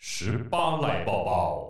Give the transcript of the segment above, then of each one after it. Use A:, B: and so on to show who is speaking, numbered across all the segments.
A: 十八来抱抱。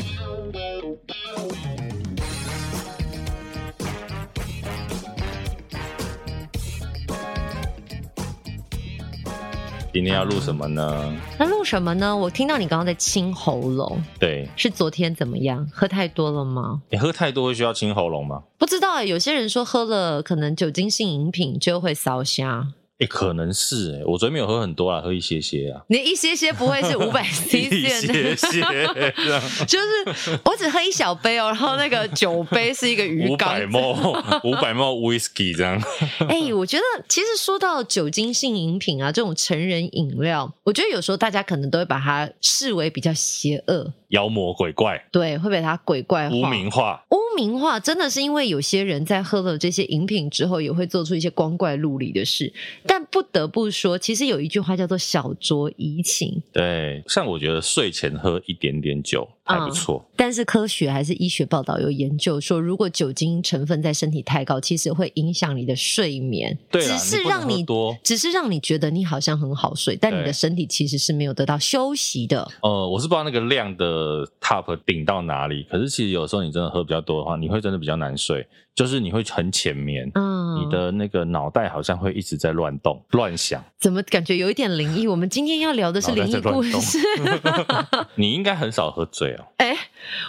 B: 今天要录什么呢？
C: 那录什么呢？我听到你刚刚在清喉咙，
B: 对，
C: 是昨天怎么样？喝太多了吗？
B: 你喝太多会需要清喉咙吗？
C: 不知道欸、有些人说喝了可能酒精性饮品就会烧瞎，
B: 诶，可能是诶，我昨天没有喝很多啦，喝一些些啊，
C: 你一些些不 会是五百
B: 一
C: CC
B: 些
C: 的。
B: 些，这样
C: 就是我只喝一小杯哦，然后那个酒杯是一个鱼
B: 五
C: 缸。
B: 百 ml 五百 ml whisky 这样，
C: 哎、我觉得其实说到酒精性饮品啊，这种成人饮料，我觉得有时候大家可能都会把它视为比较邪恶，
B: 妖魔鬼怪、
C: 对，会被它鬼怪化、
B: 污名化，
C: 污名化真的是因为有些人在喝了这些饮品之后，也会做出一些光怪陆离的事。但不得不说，其实有一句话叫做“小酌怡情
B: 对，像我觉得睡前喝一点点酒还
C: 嗯
B: 不错，”，
C: 但是科学还是医学报道有研究说，如果酒精成分在身体太高，其实会影响你的睡眠。
B: 对啦，
C: 只是
B: 你不能
C: 让你
B: 喝多。
C: 只是让你觉得你好像很好睡，但你
B: 对
C: 的身体其实是没有得到休息的。
B: 呃，我是不知道那个量的 top 顶到哪里，可是其实有时候你真的喝比较多的话，你会真的比较难睡，就是你会很浅眠，
C: 嗯，
B: 你的那个脑袋好像会一直在乱动、 乱想。
C: 怎么感觉有一点灵异？我们今天要聊的是
B: 脑袋
C: 灵异
B: 在乱
C: 故
B: 动
C: 事。
B: 你应该很少喝醉哦，
C: 哎、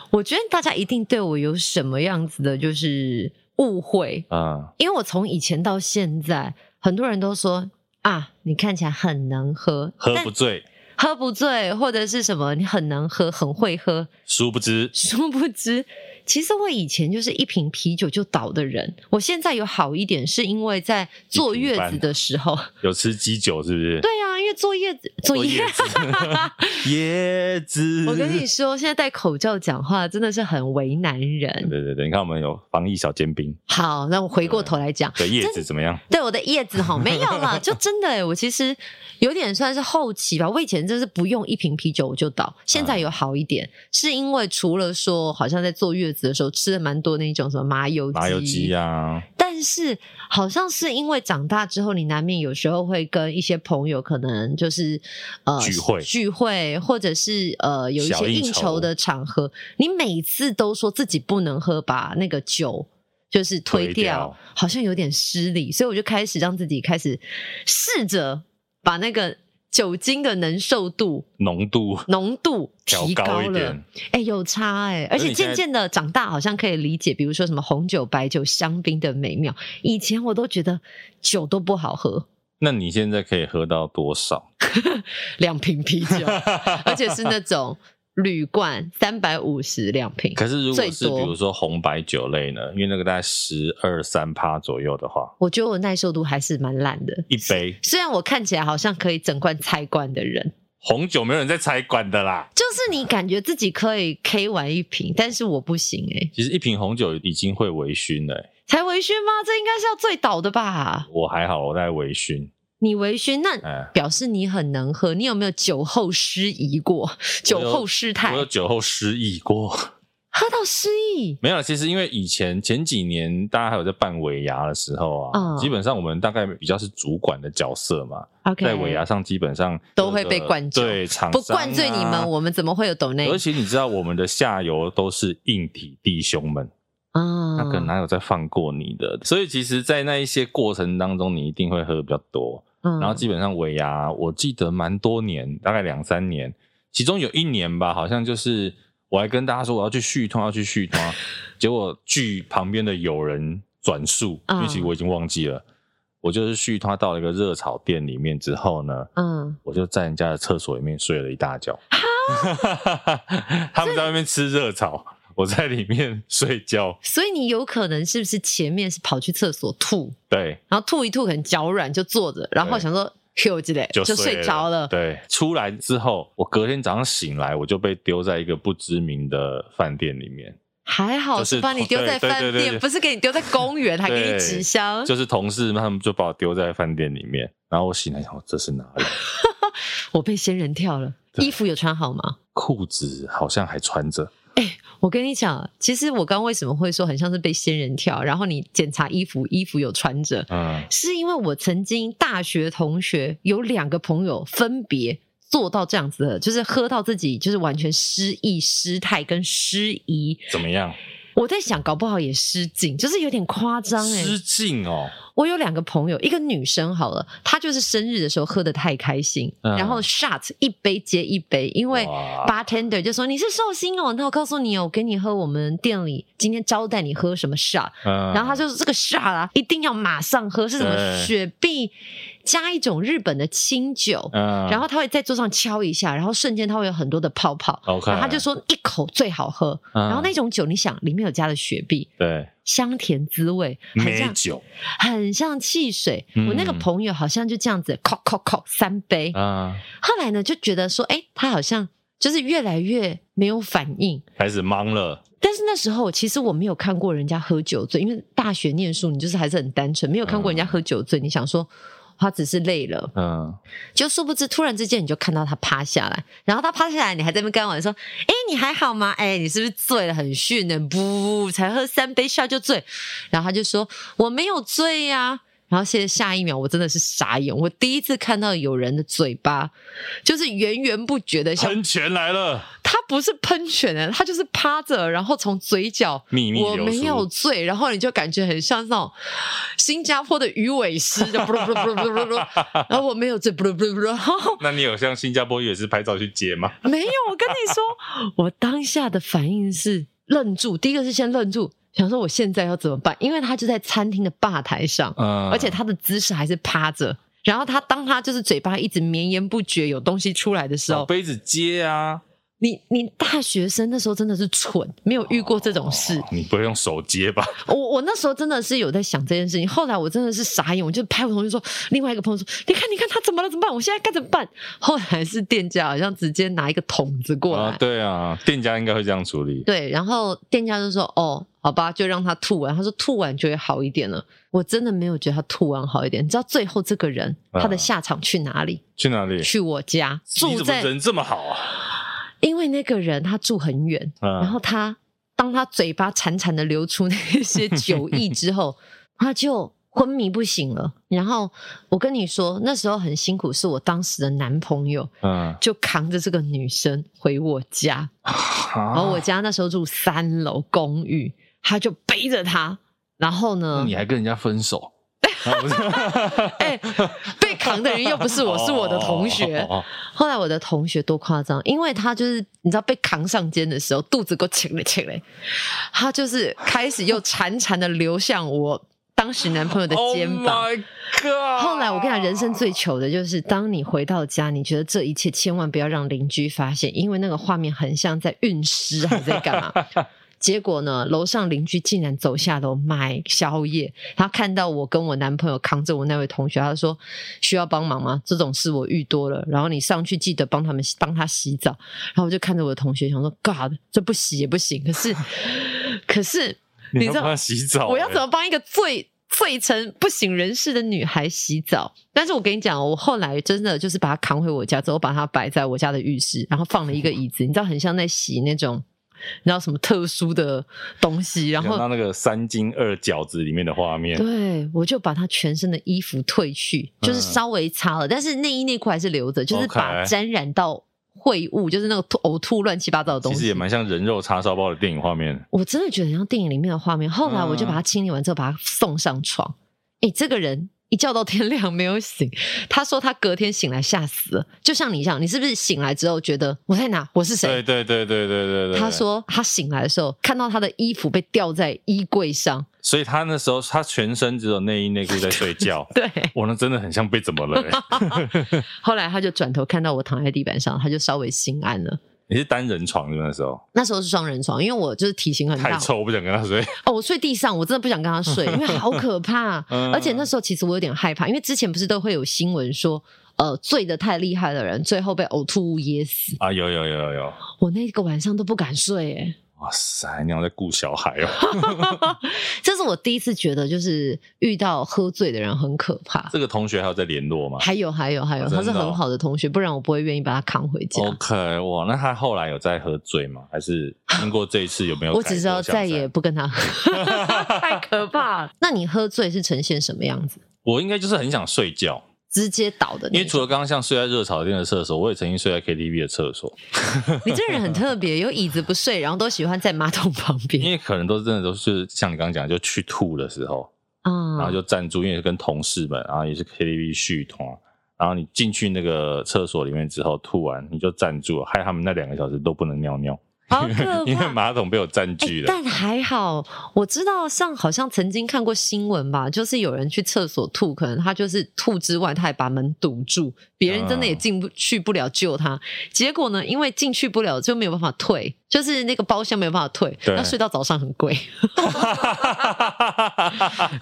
C: 我觉得大家一定对我有什么样子的，就是误会，
B: 嗯，
C: 因为我从以前到现在，很多人都说啊，你看起来很能喝，
B: 喝
C: 但
B: 不醉，
C: 喝不醉，或者是什么，你很能喝，很会喝。
B: 殊不知
C: 殊不知，其实我以前就是一瓶啤酒就倒的人。我现在有好一点，是因为在坐
B: 一瓶
C: 月
B: 半啊
C: 子的时候，
B: 有吃鸡酒，是不是？
C: 对啊，因为坐月子，坐
B: 做
C: 月
B: 椰子， 椰子。
C: 我跟你说，现在戴口罩讲话真的是很为难人。
B: 对对对，你看我们有防疫小煎饼，
C: 好，那我回过头来讲，
B: 对叶子怎么样？
C: 对我的叶子哈，没有了，就真的、欸，我其实有点算是后期吧。我以前就是不用一瓶啤酒我就倒，现在有好一
B: 嗯
C: 点，是因为除了说好像在坐月子的时候吃了蛮多那种什么麻油
B: 麻油鸡啊，
C: 但是好像是因为长大之后，你难免有时候会跟一些朋友可能就是呃
B: 聚会
C: 聚会，或者是呃有一
B: 小
C: 些
B: 应酬
C: 应酬的场合，你每次都说自己不能喝，把那个酒。就是推
B: 推
C: 掉，
B: 掉
C: 好像有点失礼，所以我就开始让自己开始试着把那个酒精的能受度、
B: 浓度
C: 浓度
B: 调
C: 提
B: 高一
C: 了。
B: 点。
C: 哎、有差哎、而
B: 可是
C: 且
B: 你现在
C: 渐渐的长大，好像可以理解，比如说什么红酒、白酒、香槟的美妙。以前我都觉得酒都不好喝，
B: 那你现在可以喝到多少？
C: 两瓶啤 酒，而且是那种铝罐三百五十两瓶。
B: 可是如果是
C: 最多
B: 比如说红白酒类呢，因为那个大概十二三趴左右的话，
C: 我觉得我耐受度还是蛮烂的，
B: 一杯
C: 虽然我看起来好像可以整罐拆罐的人，
B: 红酒没有人在才管的啦。
C: 就是你感觉自己可以 K 完一瓶，但是我不行哎、
B: 其实一瓶红酒已经会微醺了、欸
C: 才微醺吗？这应该是要醉倒的吧？
B: 我还好，我在微醺，
C: 你微醺那
B: 哎，
C: 表示你很能喝，你有没有酒后失仪过？酒后失态
B: 我，有酒后失忆过。
C: 喝到失忆，
B: 没有，其实因为以前前几年大家还有在办尾牙的时候啊，
C: 嗯
B: 基本上我们大概比较是主管的角色嘛
C: OK
B: 在尾牙上基本上
C: 都会被灌酒
B: 对，厂商啊
C: 不灌醉你们，我们怎么会有抖内？
B: 而且你知道我们的下游都是硬体弟兄们，
C: 啊
B: 那个哪有在放过你的？所以其实，在那一些过程当中，你一定会喝比较多。
C: 嗯
B: 然后基本上尾牙，我记得蛮多年，大概两三年，其中有一年吧，好像就是我还跟大家说我要去续通，要去续通，结果据旁边的友人转述，因为其实我已经忘记了，我就是续通到了一个热炒店里面之后呢。
C: 嗯，
B: 我就在人家的厕所里面睡了一大觉， 他们在外面吃热炒，我在里面 睡觉。
C: 所以你有可能是不是前面是跑去厕所吐，
B: 对，
C: 然后吐一吐，可能脚软就坐着，然后想说休息嘞，
B: 就
C: 就睡着了。
B: 对，出来之后，我隔天早上醒来，我就被丢在一个不知名的饭店里面，
C: 还好
B: 就是哦
C: 是把你丢在
B: 对对
C: 饭
B: 对对对
C: 店，不是给你丢在公园，还给你纸箱。
B: 就是同事他们就把我丢在饭店里面，然后我醒来想，这是哪里？
C: 我被仙人跳了，
B: 对
C: 衣服有穿好吗？
B: 裤子好像还穿着，
C: 我跟你讲，其实我刚为什么会说很像是被仙人跳，然后你检查衣服，衣服有穿着，
B: 嗯，
C: 是因为我曾经大学同学有两个朋友分别做到这样子的，就是喝到自己就是完全失忆、失态跟失仪。
B: 怎么样？
C: 我在想，搞不好也失禁，就是有点夸张哎、
B: 失禁哦，
C: 我有两个朋友，一个女生好了，她就是生日的时候喝的太开心，
B: 嗯
C: 然后 shot 一杯接一杯，因为
B: 哇
C: bartender 就说你是寿星哦，那我告诉你哦，我给你喝我们店里今天招待你喝什么 shot，、
B: 嗯，
C: 然后他就说这个 shot 啊一定要马上喝，是什么
B: 对
C: 雪碧加一种日本的清酒。
B: 嗯，
C: 然后他会在桌上敲一下，然后瞬间他会有很多的泡泡
B: OK
C: 然后他就说一口最好喝。
B: 嗯
C: 然后那种酒，你想里面有加了雪碧，
B: 对
C: 香甜滋味，很
B: 美
C: 像
B: 酒，
C: 很像汽水。
B: 嗯
C: 我那个朋友好像就这样子，扣扣扣三杯。
B: 嗯，
C: 后来呢，就觉得说，哎、他好像就是越来越没有反应。
B: 开始忙了，
C: 但是那时候，其实我没有看过人家喝酒醉，因为大学念书，你就是还是很单纯，没有看过人家喝酒醉。你想说他只是累了，
B: 嗯，
C: 就殊不知突然之间你就看到他趴下来，然后他趴下来，你还在那边跟他玩说：“哎、你还好吗？哎、你是不是醉了？很逊呢？不，才喝三杯下就醉。”然后他就说：“我没有醉呀、然后现在下一秒，我真的是傻眼，我第一次看到有人的嘴巴就是源源不绝 的像
B: 喷泉来了，
C: 他不是喷泉的，他就是趴着，然后从嘴角
B: 秘密
C: 我
B: 流
C: 没有
B: 出，
C: 醉，然后你就感觉很像那种新加坡的鱼尾狮，就 不噜不噜不噜不噜不噜，然后我没有醉，不噜不噜不噜，然后
B: 那你有像新加坡也是拍照去接吗？
C: 没有。我跟你说，我当下的反应是愣住，第一个是先愣住，想说我现在要怎么办，因为他就在餐厅的吧台上，
B: 嗯，
C: 而且他的姿势还是趴着。然后他当他就是嘴巴一直绵延不绝有东西出来的时
B: 找
C: 候，
B: 杯子接啊，
C: 你你大学生那时候真的是蠢，没有遇过这种事。
B: 你不会用手接吧？
C: 我我那时候真的是有在想这件事情，后来我真的是傻眼，我就拍我同学说，另外一个朋友说，你看你看他怎么了怎么办？我现在该怎么办？后来是店家好像直接拿一个桶子过来，
B: 啊，对啊，店家应该会这样处理，
C: 对，然后店家就说，哦，好吧，就让他吐完，他说吐完就会好一点了。我真的没有觉得他吐完好一点，你知道最后这个人
B: 嗯
C: 他的下场去哪里？
B: 去哪里？
C: 去我家，
B: 你
C: 住
B: 怎么
C: 在，
B: 人这么好啊？
C: 因为那个人他住很远，
B: 嗯
C: 然后他当他嘴巴潺潺的流出那 些酒液之后，他就昏迷不醒了。然后我跟你说，那时候很辛苦，是我当时的男朋友
B: 嗯，
C: 就扛着这个女生回我家，
B: 然
C: 然后
B: 啊
C: 我家那时候住三楼公寓，他就背着她，然后呢，
B: 嗯你还啊跟人家分 手？啊不是
C: 哎、被扛的人又不 是我，是我的同学。
B: 哦哦哦哦
C: 后来我的同学多夸张，因为他就是你知道被扛上肩的时候，肚子给我起来起来，他就是开始又潺潺的流向我当时男朋友的肩
B: Oh
C: 膀。
B: my god！
C: 后来我跟你讲，人生最糗的就是，当你回到家，你觉得这一切千万不要让邻居发现，因为那个画面很像在运尸，还在干嘛？结果呢，楼上邻居竟然走下楼买宵夜，他看到我跟我男朋友扛着我那位同学，他说需要帮忙吗？这种事我遇多了。然后你上去记得帮他们帮他洗澡。然后我就看着我的同学，想说 God，这不洗也不行。可是， 可是
B: 你
C: 你
B: 要
C: 知道
B: 帮他洗澡，欸
C: 我要怎么帮一个醉醉成不省人事的女孩洗澡？但是我跟你讲，哦我后来真的就是把她扛回我家之后，把她摆在我家的浴室，然后放了一个椅子，你知道，很像在洗那种。你知道什么特殊的东西？然
B: 想
C: 后
B: 到那个三斤二饺子里面的画面，
C: 对我就把她全身的衣服褪去，就是稍微擦了，但是内衣内裤还是留着，就是
B: 嗯
C: 把
B: OK
C: 沾染到秽物，就是那个吐呕吐乱七八糟的东
B: 其
C: 西，
B: 实也蛮像人肉叉烧包的电影画面。
C: 我真的觉得很像电影里面的画面。后来我就
B: 嗯
C: 把他清理完之后，把他送上床。诶，这个人一觉到天亮没有醒，他说他隔天醒来吓死了，就像你一样，你是不是醒来之后觉得我在哪，我是
B: 对
C: 谁？
B: 对对对对对对。
C: 他，说他醒来的时候看到他的衣服被吊在衣柜上，。
B: 所以他那时候他全身只有内衣内裤在睡觉
C: 对。
B: 哇，那真的很像被怎么了、 欸？
C: 后来他就转头看到我躺在地板上，他就稍微心安了。
B: 你是单人床的那时候，
C: 那时候是双人床，因为我就是体型很
B: 太
C: 大，
B: 臭，我不想跟他睡。
C: 哦，我睡地上，我真的不想跟他睡，因为 好可怕。
B: 嗯
C: 而且那时候其实我有点害怕，因为之前不是都会有新闻说，呃，醉得太厉害的人最后被呕吐物噎死。
B: 啊，有有有有有，
C: 我那个晚上都不敢睡、欸，
B: 哇塞，你好像在顾小孩 哦。
C: 这是我第一次觉得，就是遇到喝醉的人很可怕。
B: 这个同学还有在联络吗
C: 还有还有还有，
B: 真的
C: 他
B: 哦
C: 是很好的同学，不然我不会愿意把他扛回家。
B: ？OK，哇，那他后来有在喝醉吗？还是经过这一次有没有？
C: 我只知道再也，不跟 他喝，太可怕了。那你喝醉是呈现什么样子？
B: 我应该就是很想睡觉，
C: 直接倒的那种。
B: 因为除了刚刚像睡在热炒店的厕所，我也曾经睡在 KTV 的厕所，
C: 你这人很特别，有椅子不睡，然后都喜欢在马桶旁
B: 因
C: 边
B: 为可能都真的都是像你刚刚讲，就去吐的时候，
C: 啊。
B: 然后就站住，因为跟同事们，然后也是 KTV 续通啊。然后你进去那个厕所里面之后，吐完你就站住了，害他们那两个小时都不能尿尿，
C: 好可
B: 因为
C: 啊怕。
B: 马桶被我占
C: 哎
B: 据了。
C: 但还好，我知道上好像曾经看过新闻吧，就是有人去厕所吐，可能他就是吐之外，他还把门堵住，别人真的也
B: 嗯
C: 进不去不了救他。结果呢，因为进去不了就没有办法退，就是那个包厢没有办法退，
B: 对
C: 那睡到早上 很贵。哎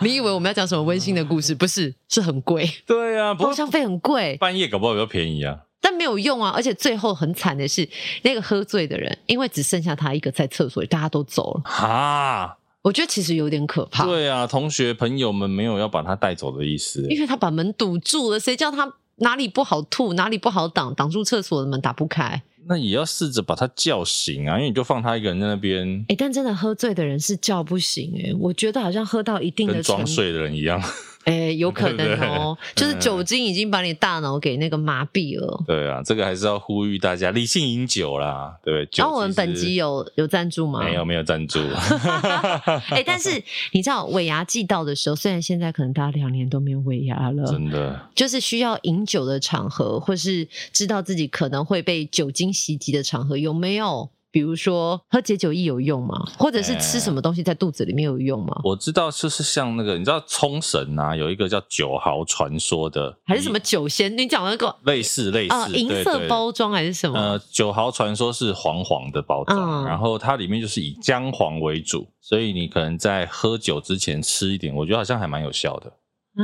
C: 你以为我们要讲什么温馨的故事？不是，是很贵，
B: 对啊，不
C: 包
B: 过
C: 厢费很贵。
B: 半夜搞不好比较便宜 啊。
C: 但没有用啊！而且最后很惨的是，那个喝醉的人，因为只剩下他一个在厕所里，大家都走了。
B: 哈，
C: 我觉得其实有点可怕，
B: 对啊，同学朋友们没有要把他带走的意思。
C: 因为他把门堵住了，谁叫他哪里不好吐，哪里不好挡，挡住厕所的门打不开。哎、
B: 那也要试着把他叫醒啊，因为你就放他一个人在那边，
C: 哎但真的喝醉的人是叫不醒哎、我觉得好像喝到一定
B: 跟
C: 的程
B: 装
C: 度，
B: 睡的人一样。
C: 哎、有可能哦、
B: 对不对嗯
C: 就是酒精已经把你大脑给那个麻痹了。
B: 对啊，这个还是要呼吁大家理性饮酒啦，对不对？酒
C: 然后我们
B: 其实
C: 本集有有赞助吗？
B: 没有。没有赞助，
C: 哎、但是你知道尾牙季到的时候，虽然现在可能大家两年都没有尾牙了，
B: 真的
C: 就是需要饮酒的场合，或是知道自己可能会被酒精袭击的场合，有没有？比如说喝解酒液有用吗？或者是吃什么东西在肚子里面有用吗？
B: 我知道，就是像那个你知道冲绳啊，有一个叫九豪传说的，
C: 还是什么酒仙？你讲那个
B: 类似类似
C: 啊，银
B: 对
C: 色
B: 对
C: 包装还是什么？
B: 呃，九毫传说是黄黄的包装，
C: 嗯
B: 然后它里面就是以姜黄为主，所以你可能在喝酒之前吃一点，我觉得好像还蛮有效的。
C: 啊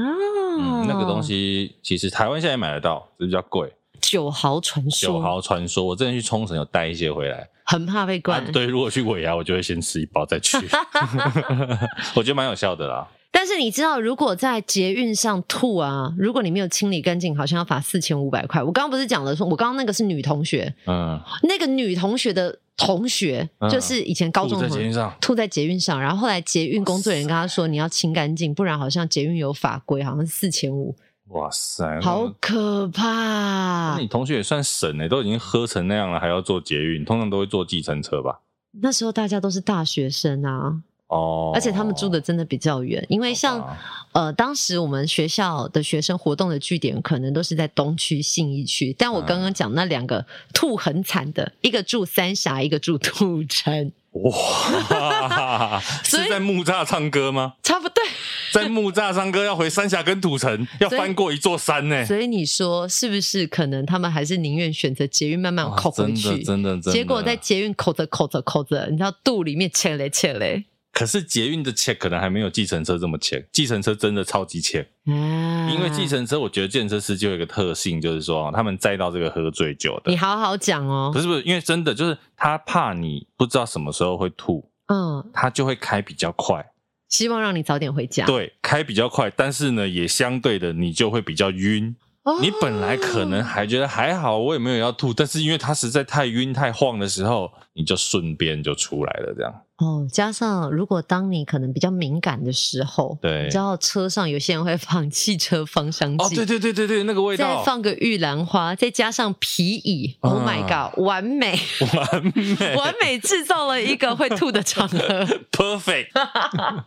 B: 嗯，那个东西其实台湾现在也买得到，只是比较贵。
C: 酒豪传
B: 九
C: 说，
B: 毫传说，我之前去冲绳有带一些回来。
C: 很怕被
B: 啊
C: 灌。，
B: 对，如果去尾牙，我就会先吃一包再 去， 我觉得蛮有效的啦。
C: 但是你知道，如果在捷运上吐啊，如果你没有清理干净，好像要罚四千五百块。我刚刚不是讲了说，我刚刚那个是女同学，
B: 嗯，
C: 那个女同学的同学，
B: 嗯
C: 就是以前高中
B: 吐在
C: 的同
B: 捷
C: 学
B: 运上，
C: 吐在捷运上，然后后来捷运工作人员跟他说你要清干净，不然好像捷运有法规，好像四千五，
B: 哇塞，那
C: 好啊可怕
B: 那。你同学也算省呢、都已经喝成那样了，还要坐捷运，通常都会坐计程车吧？
C: 那时候大家都是大学生啊，
B: 哦，
C: 而且他们住的真的比较远，因为
B: 好
C: 像
B: 吧
C: 呃当时我们学校的学生活动的据点可能都是在东区、信义区，但我刚刚讲那两个吐很惨的，一个住三峡，一个住土城，
B: 哇，
C: 所以
B: 是在木栅唱歌吗？
C: 差不多。
B: 在木栅唱歌要回三峡跟土城，要
C: 所以
B: 翻过一座山欸呢、
C: 所以你说是不是？可能他们还是宁愿选择捷运慢慢
B: 哇
C: 扣回
B: 真的
C: 去，
B: 真的真的。
C: 结果在捷运扣着扣着扣着，你知道肚里面切嘞切嘞，
B: 可是捷运的钱可能还没有计程车这么钱，计程车真的超级钱，
C: 啊
B: 因为计程车我觉得计程车司机有一个特性，就是说哦他们载到这个喝醉酒的
C: 你，好好讲哦
B: 不，是不是，因为真的就是他怕你不知道什么时候会吐，
C: 嗯，
B: 他就会开比较快。
C: 希望让你早点回家。，
B: 对，开比较快，但是呢，也相对的你就会比较晕。
C: 哦
B: 你本来可能还觉得还好，我也没有要吐，但是因为它实在太晕太晃的时候，你就顺便就出来了，这样。
C: 哦，加上如果当你可能比较敏感的时候，
B: 对
C: 你知道车上有些人会放汽车芳香剂，
B: 哦，对对对对对，那个味
C: 再
B: 道
C: 放个玉兰花，再加上皮椅，Oh my
B: 啊
C: god，完美，
B: 完美
C: 完美制造了一个会吐的场合。
B: ，perfect。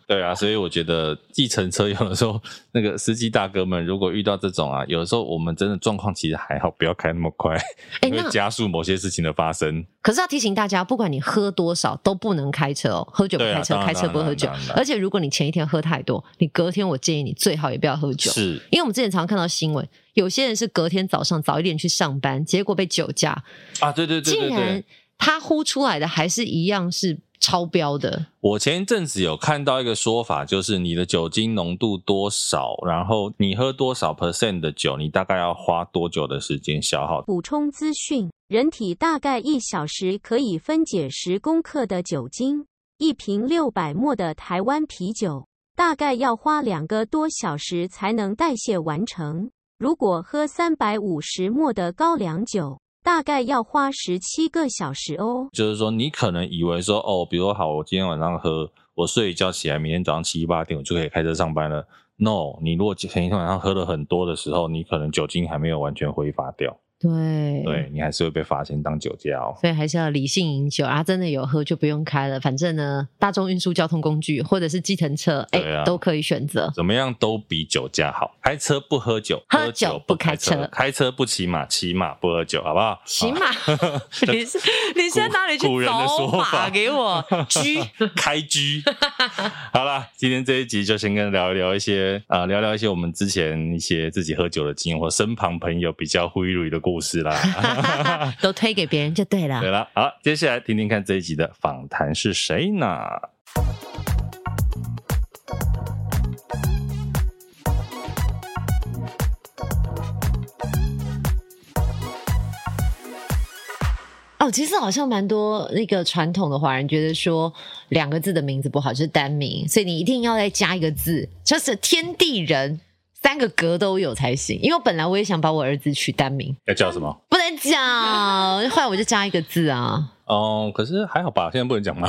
B: 对啊，所以我觉得计程车有的时候，那个司机大哥们如果遇到这种啊，有的时候我们真的状况其实还好，不要开那么快，
C: 哎，
B: 因为
C: 那
B: 加速某些事情的发生。
C: 可是要提醒大家，不管你喝多少都不能开车哦，喝酒不
B: 对啊
C: 开车，
B: 当然
C: 开车不喝酒
B: 当然当。然
C: 而且如果你前一天喝太多，你隔天我建议你最好也不要喝酒，
B: 是，
C: 因为我们之前常看到新闻，有些人是隔天早上早一点去上班，结果被酒驾，
B: 啊，对对对对
C: 竟
B: 对。
C: 然他呼出来的还是一样是超标的。
B: 我前一阵子有看到一个说法，就是你的酒精浓度多少，然后你喝多少 percent 的酒，你大概要花多久的时间消耗？
D: 补充资讯：人体大概一小时可以分解十公克的酒精，一瓶六百沫的台湾啤酒大概要花两个多小时才能代谢完成。如果喝三百五十沫的高粱酒，大概要花十七个小时哦。
B: 就是说，你可能以为说，哦，比如说好，我今天晚上喝，我睡一觉起来，明天早上七八点我就可以开车上班了。 No，你如果前一天晚上喝了很多的时候，你可能酒精还没有完全挥发掉，
C: 对
B: 对你还是会被罚钱当酒驾哦。
C: 所以还是要理性饮酒啊！真的有喝就不用开了，反正呢，大众运输交通工具或者是计程车，哎、
B: 对啊
C: 都可以选择。
B: 怎么样都比酒驾好，开车不喝酒，
C: 喝酒
B: 酒
C: 不
B: 开
C: 开车
B: 开车不骑马，骑马不喝酒，好不好？
C: 起码
B: 这
C: 你是你是在哪里去
B: 古人的
C: 找
B: 说法
C: 法给我 居？
B: 开居。 好啦，今天这一集就先跟聊一聊一些啊、呃聊聊一些我们之前一些自己喝酒的经验，或身旁朋友比较灰绿的故事 啦。
C: 都推给别人就对了
B: 对。了，好，接下来听听看这一集的访谈是谁呢？
C: 哦，其实好像蛮多那个传统的华人觉得说两个字的名字不好，就是单名，所以你一定要再加一个字，就是天地人三个格都有才行。因为我本来我也想把我儿子取单名，
B: 要叫什么？
E: 嗯
C: 不能讲，后来我就加一个字啊，
B: 哦、可是还好吧，现在不能 讲嘛。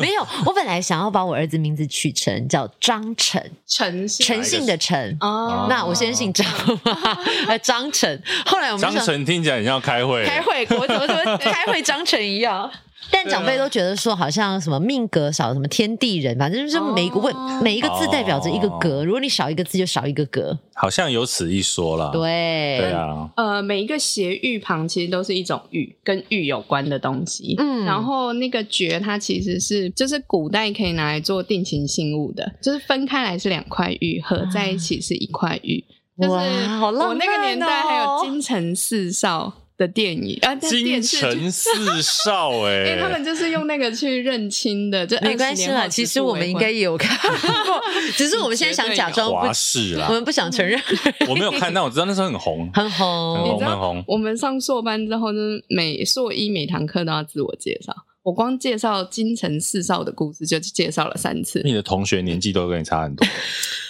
C: 没有，我本来想要把我儿子名字取成叫张晨，
E: 诚信
C: 诚信的诚。
E: 哦
C: 那我先姓张嘛， 呃，张晨。后来我们
B: 啊张
C: 就想
B: 晨听起来很像开会，
E: 开会，我怎么怎么开会章程一样，
C: 但长辈都觉得说，好像什么命格少，什么天地人，反正就是每一个问、
E: 哦
C: 每一个字代表着一个格，如果你少一个字，就少一个格。
B: 好像有此一说
C: 哦
B: 啦。
C: 对，
B: 对啊，
E: 呃，每一个斜玉旁其实都是一种玉，跟玉有关的东西。
C: 嗯
E: 然后那个爵它其实是就是古代可以拿来做定情信物的，就是分开来是两块玉，合在一起是一块玉。就是
C: 哇好浪漫哦哦
E: 我那个年代还有《京城四少》的电影啊，但
B: 京
E: 电视剧
B: 城四少哎、
E: 因为他们就是用那个去认亲的，就
C: 没关系啦，
E: 了。
C: 其实我们应该也有看 过，只是我们现在想假装
B: 华
C: 不，
B: 氏啦
C: 我，们不想承认，
B: 我没有看，但我知道那时候很 红，
C: 很
B: 很
C: 红
B: 红，
E: 你知道
B: 很 红。
E: 我们上硕班之后，就是每硕一每堂课都要自我介绍。我光介绍京城四少的故事就介绍了三次，
B: 你的同学年纪都跟你差
E: 嗯
B: 很多，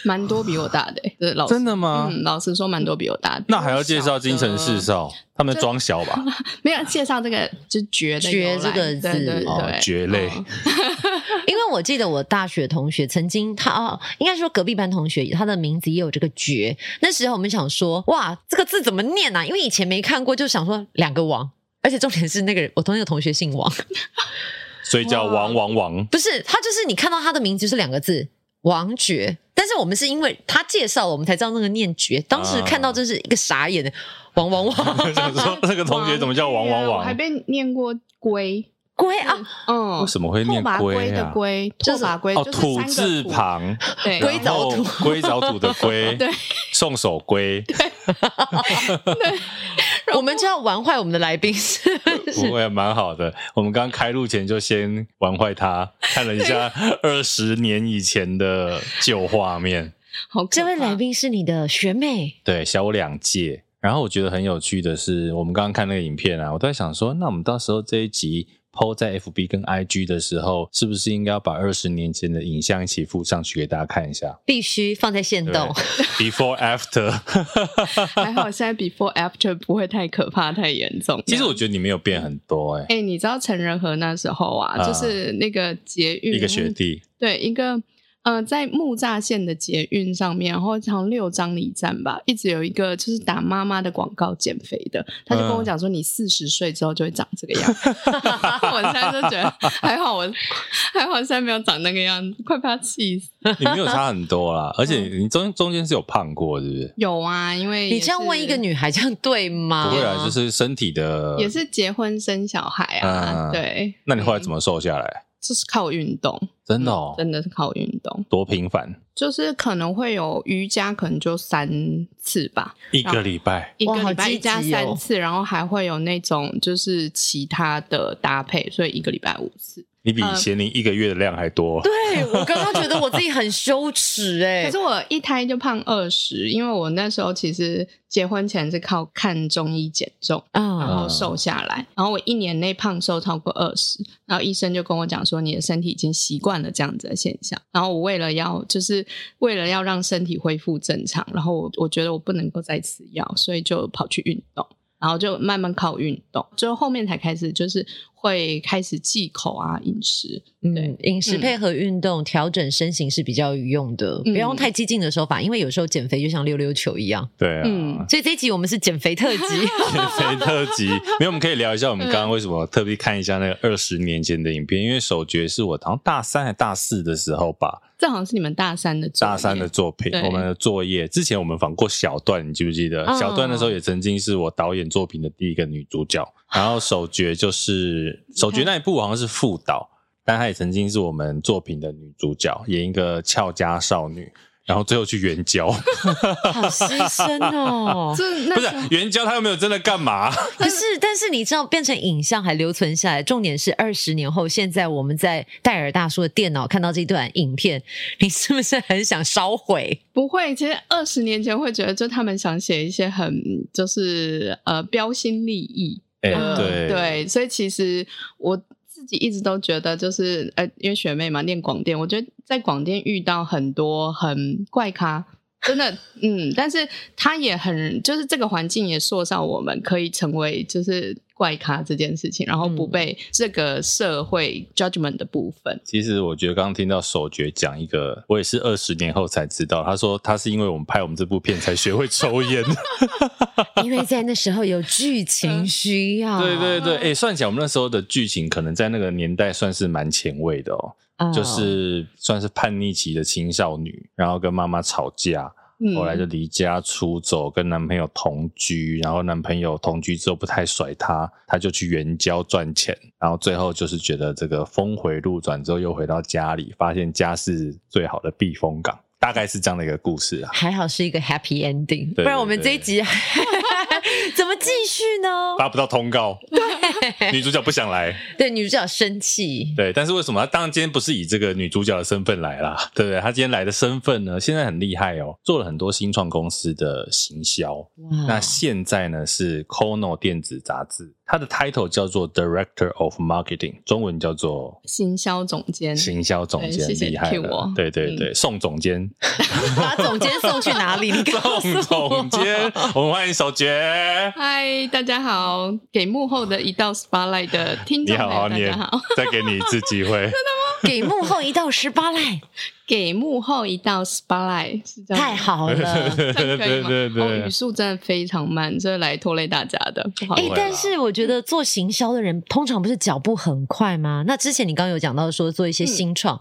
E: 蛮多比我大的、欸，就是老师
B: 真的吗？
E: 嗯，老实说蛮多比我大的。
B: 那还要介绍京城四少，他们在装小吧？
E: 没有介绍这个就绝的
C: 绝
E: 由
C: 这
E: 来
C: 个字
E: 对对
B: 哦
E: 对，
B: 蕨类
E: 嗯
C: 因为我记得我大学同学曾经他哦，应该说隔壁班同学，他的名字也有这个“绝”。那时候我们想说，哇，这个字怎么念啊？因为以前没看过，就想说两个王，而且重点是那个人，我同那个同学姓王，
B: 所以叫王王王。
C: 不是他，就是你看到他的名字就是两个字王觉。但是我们是因为他介绍了，我们才知道那个念“绝”。当时看到真是一个傻眼的，王王王
B: 想说这个同学怎么叫王王
E: 对啊我还
B: 王？
E: 被念过龟，
C: 龟啊，
E: 嗯，
B: 为什么会
E: 拓
B: 念
E: 跋
B: 龟
E: 的
B: 啊？
E: 龟，
C: 就
E: 拓
C: 是
E: 跋龟
B: 哦，
E: 就是
B: 土
E: 三个
B: 字
E: 土，
B: 旁，
E: 对，
C: 龟
B: 然后
C: 凿土
B: 龟凿土的龟，
E: 对，
B: 送手龟，
C: 我们就要玩坏我们的来宾，是不
B: 不
C: 是？
B: 会蛮好的。我们刚开录前就先玩坏它，看了一下二十年以前的旧画面。
E: 好可 怕，
C: 这位来宾是你的学妹，
B: 对，小我两届。然后我觉得很有趣的是，我们刚刚看那个影片啊，我都在想说，那我们到时候这一集 PO 在 FB 跟 IG 的时候，是不是应该要把二十年前的影像一起附上去给大家看一下？
C: 必须放在线
B: 对
C: 动。
B: ，Before After。
E: 还好现在 before after 不会太可怕、太严重。
B: 其实我觉得你没有变很多哎、
E: 哎、你知道陈仁和那时候啊，
B: 啊
E: 就是那个捷运
B: 一个学，弟，
E: 对一个呃，在木栅线的捷运上面，然后好像六张里站吧，一直有一个就是打妈妈的广告减肥的，他就跟我
B: 嗯
E: 讲说，你四十岁之后就会长这个样子。 我现在就觉得还好我，还好现在没有长那个样子，快被他气死。
B: 你没有差很多啦， 而且
E: 嗯
B: 你中中间是有胖过，是不是？
E: 有啊，因为
C: 你
E: 也
C: 这样问一个
E: 是。
C: 女孩，这样对吗？
B: 不会啊，就是身体的。
E: 也是。结婚生小孩啊，
B: 嗯
E: 对，
B: 那你后来怎么瘦下来？
E: 就是靠运动，
B: 真的哦，
E: 嗯真的是靠运动，
B: 多频繁？
E: 就是可能会有瑜伽，可能就三次吧，
B: 一个礼拜。
E: 一个
C: 好
E: 礼拜
C: 积
E: 瑜伽
C: 极哦
E: 三次，然后还会有那种就是其他的搭配，所以一个礼拜五次。
B: 你比
E: 呃
B: 咸宁一个月的量还多。
C: 对我刚刚觉得我自己很羞耻哎、
E: 可是我一胎就胖二十，因为我那时候其实结婚前是靠看中医减重。然
C: 啊，
B: 嗯
E: 后瘦下来，然后我一年内胖瘦超过二十，然后医生就跟我讲说，你的身体已经习惯了这样子的现象。然后我为了要就是为了要让身体恢复正常，然后我我觉得我不能够再吃药，所以就跑去运动，然后就慢慢靠运动，就后面才开始就是。会开始忌口啊，饮食。
C: 嗯
E: 对，
C: 饮食配合运动、调整身形是比较有用的，
E: 嗯
C: 不要用太激进的手法，因为有时候减肥就像溜溜球一样。
B: 对啊，
E: 嗯
C: 所以这一集我们是减肥特辑，
B: 减肥特辑，没有，我们可以聊一下我们刚刚为什么特别看一下那个二十年前的影片，因为手诀是我好像大三还大四的时候吧，
E: 这好像是你们大三的作业
B: 大三的作品，
E: 对
B: 我们的作业之前我们访过小段，你记不记得？
C: 嗯
B: 小段那时候也曾经是我导演作品的第一个女主角，然后手诀就是手诀那一部好像是副导，但她也曾经是我们作品的女主角，演一个俏家少女，然后最后去援交，
C: 好牺牲哦。
E: 这 那
B: 不
E: 时
B: 是
E: 候
B: 援交，她又没有真的干嘛。
C: 不是，但是你知道，变成影像还留存下来，重点是二十年后，现在我们在戴尔大叔的电脑看到这段影片，你是不是很想烧毁？
E: 不会，其实二十年前会觉得，就他们想写一些很就是呃标新立异，
B: 哎、
C: 嗯
B: 对
E: 对，所以其实我自己一直都觉得，就是呃，因为学妹嘛，念广电，我觉得在广电遇到很多很怪咖。真的，嗯，但是他也很，就是这个环境也塑造我们可以成为就是怪咖这件事情，然后不
C: 嗯
E: 被这个社会 judgment 的部分，
B: 其实我觉得刚刚听到手诀讲一个，我也是二十年后才知道，他说他是因为我们拍我们这部片才学会抽烟。
C: 因为在那时候有剧情需要，
B: 对对对，哎、算起来我们那时候的剧情可能在那个年代算是蛮前卫的哦，
C: 嗯
B: 就是算是叛逆期的青少女，然后跟妈妈吵架，
E: 嗯，
B: 后来就离家出走，跟男朋友同居，然后男朋友同居之后不太甩她，她就去援交赚钱，然后最后就是觉得这个峰回路转之后又回到家里，发现家是最好的避风港，大概是这样的一个故事啊。
C: 还好是一个 happy ending，
B: 对
C: 不然我们这一集 怎么继续 呢？
B: 发不到通告， 女主角不想来，
C: 对，女主角生气，
B: 对，但是为什么她当然今天不是以这个女主角的身份来啦，对不对？她今天来的身份呢，现在很厉害哦，做了很多新创公司的行销。那
E: 嗯
C: 哇，
B: 现在呢是 Kono 电子杂志，它的 title 叫做 Director of Marketing，中文叫做
E: 行销总监，
B: 行销总监，
E: 嗯对谢谢
B: 厉害
E: cue
B: 了
E: 我。嗯
B: 对对对，宋总 监，
C: 把总监送去哪里？你告诉
B: 宋
C: 我。
B: 总监，我们欢迎手杰。
E: 嗨，大家好！给幕后的一道 spotlight 的听
B: 你
E: 众朋
B: 好好
E: 友，大
B: 念
E: 家好。，
B: 再给你一次机会。
C: 给幕后一道十八赖，
E: 给幕后一道 spotlight 是这样吗
C: 太， 好啊了。
B: 对
E: 这样可以
B: 对
E: 吗
B: 对
E: 哦，
B: 对
E: 语，速真的非常慢，这来拖累大家的，不好
C: 哎、
E: 意思。
B: 啦
C: 但是我觉得做行销的人通常不是脚步很快吗？那之前你刚刚有讲到说做一些新创，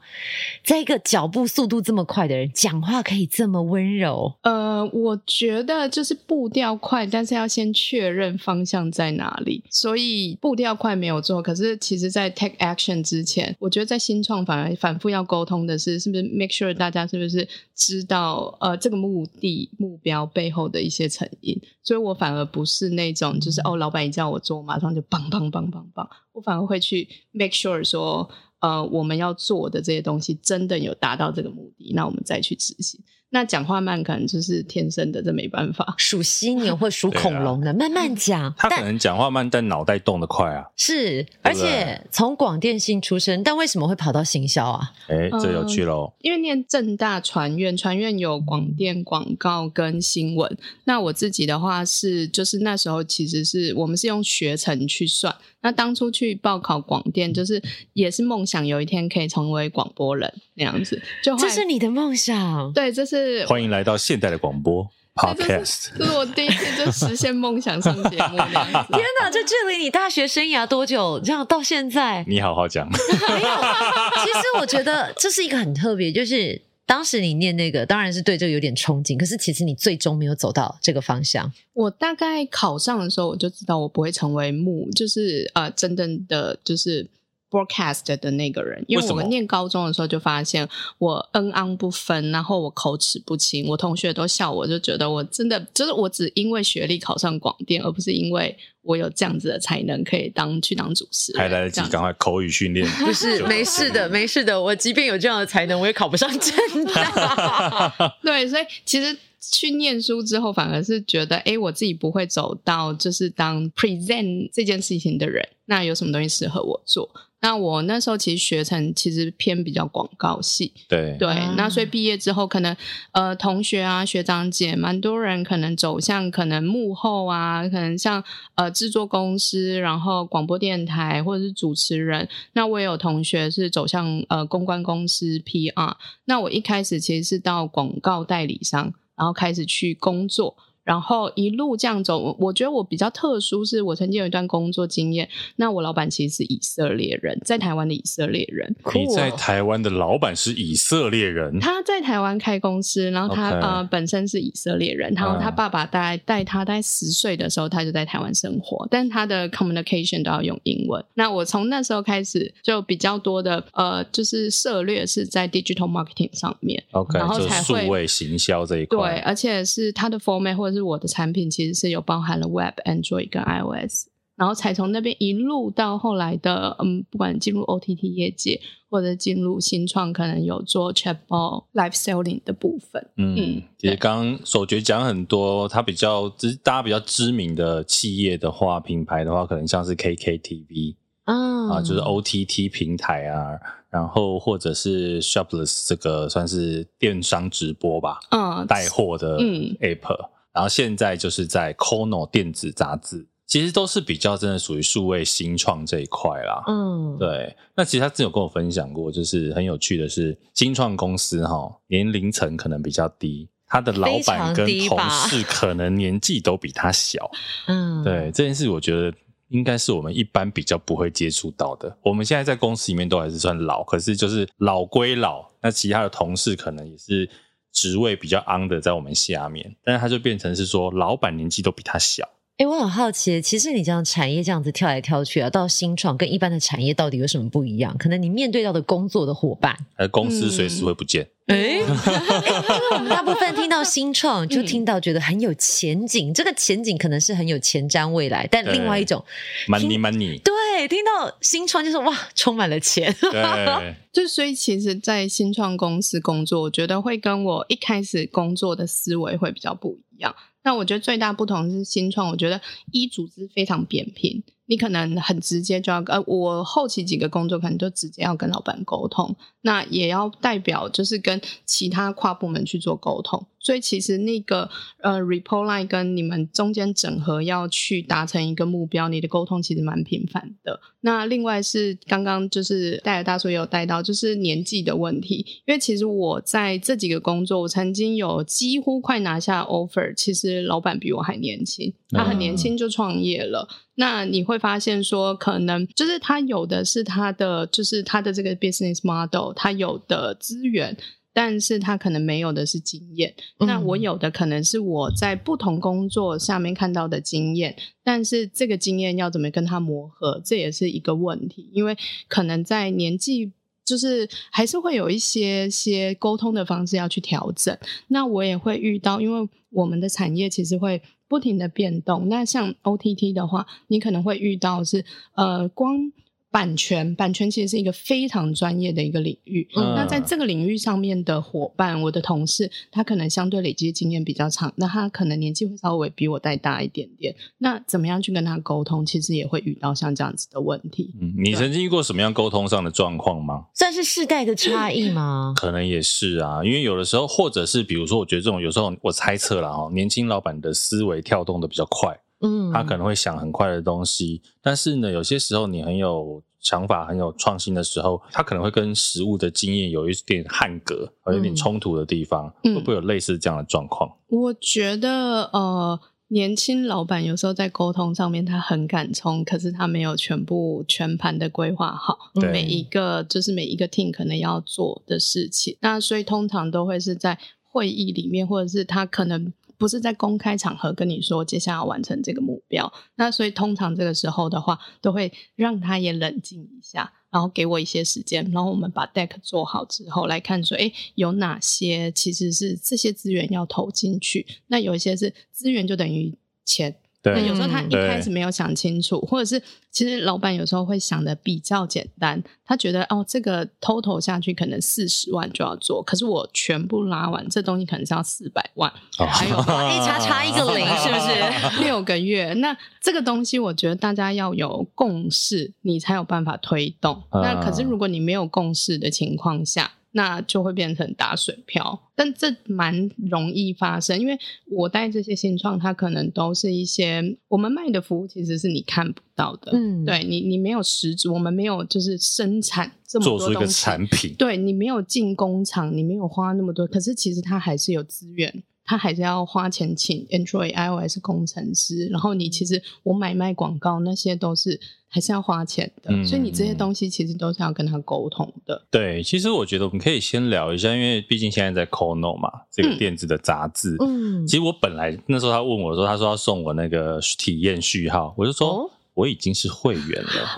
C: 在一个脚步速度这么快的人，讲话可以这么温柔，
E: 呃，我觉得就是步调快，但是要先确认方向在哪里，所以步调快没有做。可是其实，在 take action 之前，我觉得在新创反而反复要沟通的是，是不是 make sure 大家是不是知道呃这个目的目标背后的一些成因。所以我反而不是那种就是哦，老板一叫我做，我马上就棒棒棒棒棒，我反而会去 make sure 说。呃，我们要做的这些东西真的有达到这个目的，那我们再去执行。那讲话慢可能就是天生的，这没办法。
C: 属犀 牛或属恐龙的，慢慢讲。
B: 他可
C: 但
B: 能讲话慢，但脑袋动得快啊。
C: 是，而
B: 对不对
C: 且从广电信出身，但为什么会跑到行销啊？
B: 哎，这有趣喽。
E: 因为念正大传院，传院有广电、广告跟新闻。那我自己的话是，就是那时候其实是我们是用学程去算。那当初去报考广电，就是也是梦想有一天可以成为广播人那样子。就后
C: 这
E: 来
C: 是你的梦想。
E: 对，这是
B: 欢迎来到现代的广播
E: 嗯对这是
B: podcast。
E: 这是我第一次就实现梦想上节目那样 子。
C: 天哪，啊这距离你大学生涯多久？这样到现在，
B: 你好好 讲，
C: 没有，其实我觉得这是一个很特别，就是当时你念那个，当然是对这个有点憧憬，可是其实你最终没有走到这个方向。
E: 我大概考上的时候，我就知道我不会成为幕，就是呃，真正的就是 broadcast 的那个人，因
B: 为
E: 为
B: 什么
E: 我念高中的时候就发现我恩昂不分，然后我口齿不清，我同学都笑我，就觉得我真的就是我只因为学历考上广电，而不是因为我有这样子的才能可以当去当主持人，
B: 还来得
E: 这
B: 及，
E: 样
B: 赶快口语训练。
C: 不是，
B: 就
C: 没事的，没事的。我即便有这样的才能，我也考不上正大。
E: 对，所以其实去念书之后，反而是觉得，哎，我自己不会走到就是当 present 这件事情的人，那有什么东西适合我做？那我那时候其实学成其实偏比较广告系，
B: 对
E: 对，
C: 啊
E: 那所以毕业之后，可能呃，同学啊、学长姐，蛮多人可能走向可能幕后啊，可能像呃制作公司，然后广播电台或者是主持人。那我也有同学是走向呃公关公司 PR。那我一开始其实是到广告代理商，然后开始去工作。然后一路这样走，我我觉得我比较特殊，是我曾经有一段工作经验。那我老板其实是以色列人，在台湾的以色列人。
B: 你在台湾的老板是以色列人，
E: 他在台湾开公司，然后
B: 嗯
E: 他
B: OK
E: 呃本身是以色列人，然后他
B: 嗯
E: 爸爸大概带他大概十岁的时候，他就在台湾生活，但他的 communication 都要用英文。那我从那时候开始就比较多的呃，就是涉略是在 digital marketing 上面。
B: OK，
E: 然后
B: 就
E: 才
B: 数
E: 会
B: 位行销这一
E: 对，
B: 块，
E: 而且是他的 format 或者是我的产品，其实是有包含了 web、Android 跟 iOS，然后才从那边一路到后来的，嗯，不管进入 OTT 业界或者进入新创，可能有做 chatbot、live selling 的部分。
B: 嗯
E: 嗯，
B: 其实
E: 对
B: 刚刚手诀讲很多，它比较知大家比较知名的企业的话，品牌的话，可能像是 KKTV
C: 嗯
B: 啊，就是 OTT 平台啊，然后或者是 Shopless 这个算是电商直播吧，
E: 嗯，
B: 带货的
E: 嗯
B: app，、然后现在就是在 Kono 电子杂志，其实都是比较真的属于数位新创这一块啦。
C: 嗯，
B: 对，那其实他之前有跟我分享过，就是很有趣的是，新创公司哈年龄层可能比较低，他的老
C: 非
B: 板
C: 常
B: 跟
C: 低
B: 同
C: 吧
B: 事可能年纪都比他小。
C: 嗯，
B: 对这件事，我觉得应该是我们一般比较不会接触到的。我们现在在公司里面都还是算老，可是就是老归老，那其他的同事可能也是职位比较昂的在我们下面，但是他就变成是说老板年纪都比他小。
C: 哎、我很好奇，其实你这样产业这样子跳来跳去啊，到新创跟一般的产业到底有什么不一样？可能你面对到的工作的伙伴，
B: 而公司随时会不见，
C: 哎、因为我们大部分听到新创，就听到觉得很有前景，这个前景可能是很有前瞻未来，但另外一种，
B: ，money money，
C: 对，听到新创就是哇，充满了钱，
B: 对，
E: 就所以其实，在新创公司工作，我觉得会跟我一开始工作的思维会比较不一样。那我觉得最大不同是新创，我觉得一组织非常扁平，你可能很直接就要呃，我后期几个工作可能就直接要跟老板沟通，那也要代表就是跟其他跨部门去做沟通。所以其实那个呃 report line 跟你们中间整合要去达成一个目标，你的沟通其实蛮频繁的。那另外是刚刚就是戴尔大叔也有带到，就是年纪的问题，因为其实我在这几个工作，我曾经有几乎快拿下 offer，其实老板比我还年轻，他很年轻就创业了。那你会发现说，可能就是他有的是他的，就是他的这个 business model，他有的资源，但是他可能没有的是经验。
C: 嗯
E: 那我有的可能是我在不同工作下面看到的经验，但是这个经验要怎么跟他磨合，这也是一个问题，因为可能在年纪。就是还是会有一些些沟通的方式要去调整，那我也会遇到，因为我们的产业其实会不停的变动。那像 OTT 的话，你可能会遇到是呃光。版权，版权其实是一个非常专业的一个领域。
B: 嗯
E: 那在这个领域上面的伙伴，我的同事，他可能相对累积的经验比较长，那他可能年纪会稍微比我再大一点点。那怎么样去跟他沟通，其实也会遇到像这样子的问题。
B: 嗯，你曾经遇过什么样沟通上的状况吗？
C: 算是世代的差 异吗？
B: 可能也是啊，因为有的时候，或者是比如说，我觉得这种有时候我猜测啦，哦，年轻老板的思维跳动的比较快，
C: 嗯，
B: 他可能会想很快的东西，但是呢，有些时候你很有想法、很有创新的时候，他可能会跟实物的经验有一点汉格，有一点
C: 嗯
B: 冲突的地方，
E: 嗯
B: 会不会有类似这样的状况？
E: 我觉得呃，年轻老板有时候在沟通上面他很敢冲，可是他没有全部全盘的规划好，
C: 嗯
B: 对
E: 每一个就是每一个 team 可能要做的事情。那所以通常都会是在会议里面，或者是他可能。不是在公开场合跟你说接下来要完成这个目标，那所以通常这个时候的话，都会让他也冷静一下，然后给我一些时间，然后我们把 deck 做好之后来看说，哎，有哪些其实是这些资源要投进去，那有一些是资源就等于钱。那
B: 对
E: 有时候他
C: 嗯
E: 一
B: 对
E: 开始没有想清楚，或者是其实老板有时候会想的比较简单，他觉得哦，这个 total 下去可能四十万就要做，可是我全部拉完，这东西可能是要四百万，还有
C: 一哎叉叉一个零，是不是？
E: 啊 六个月。那这个东西，我觉得大家要有共识，你才有办法推动。
B: 啊
E: 那可是如果你没有共识的情况下，那就会变成打水漂。但这蛮容易发生，因为我带这些新创，它可能都是一些我们卖的服务，其实是你看不到的。
C: 嗯，
E: 对你，你没有实质，我们没有就是生产这么
B: 做
E: 多
B: 出一个
E: 东西
B: 产品？
E: 对你没有进工厂，你没有花那么多，可是其实它还是有资源，它还是要花钱请 Android、iOS 工程师，然后你其实我买卖广告那些都是还是要花钱的，
B: 嗯
E: 所以你这些东西其实都是要跟他沟通的。
B: 对，其实我觉得我们可以先聊一下，因为毕竟现在在 Kono 嘛，这个
E: 嗯
B: 电子的杂志。
C: 嗯
B: 其，实我本来那时候他问我说，他说要送我那个体验序号，我就说、
C: 哦
B: 我已经是会员了、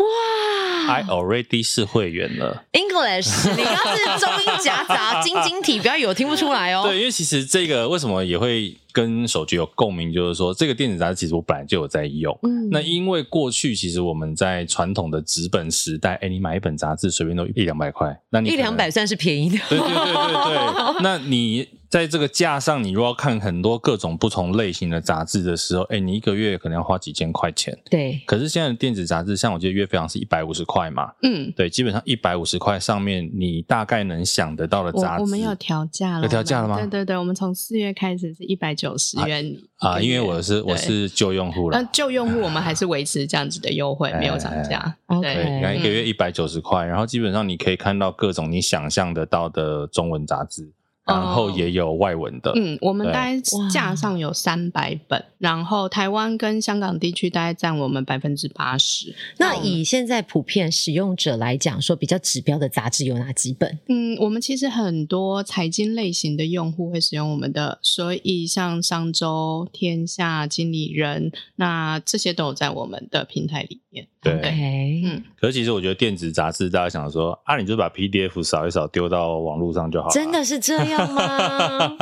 B: i
C: 哇
B: already 是会员了。
C: ，English，你刚刚是中英夹杂，晶晶体，不要有听不出来哦。
B: 对，因为其实这个为什么也会跟手机有共鸣，就是说这个电子杂志其实我本来就有在用。
C: 嗯
B: 那因为过去其实我们在传统的纸本时代，哎，你买一本杂志随便都一两百块，那你
C: 一
B: 可能
C: 两百算是便宜的，
B: 对对对对 对，那你在这个架上，你如果要看很多各种不同类型的杂志的时候，哎，你一个月可能要花几千块钱。
C: 对，
B: 可是现在的电子杂志，像我记得月费好像是一百五十块嘛，
E: 嗯，
B: 对，基本上一百五十块上面，你大概能想得到的
E: 我
B: 杂志，
E: 我们有调价了，
B: 有调价了吗
E: 我们对对对，我们从四月开始是一百九十元一个月
B: 啊，因为我是我
E: 对
B: 是旧用户了
E: 那，旧用户我们还是维持这样子的优惠，没有涨价。
C: 哎
E: 对
B: 对，你看一个月一百九十块，然后基本上你可以看到各种你想象得到的中文杂志，然后
E: 哦
B: 也有外文的，
E: 嗯，我们
B: 对
E: 大概架上有三百本，然后台湾跟香港地区大概占我们百分之八十。
C: 那以现在普遍使用者来讲，说比较指标的杂志有哪几本？
E: 嗯，我们其实很多财经类型的用户会使用我们的，所以像商周、天下、经理人，那这些都有在我们的平台里面。
B: 对
C: 哎
E: 嗯，
B: 可是其实我觉得电子杂志，大家想说啊，你就把 PDF 扫一扫丢到网络上就好了。啊
C: 真的是这样吗？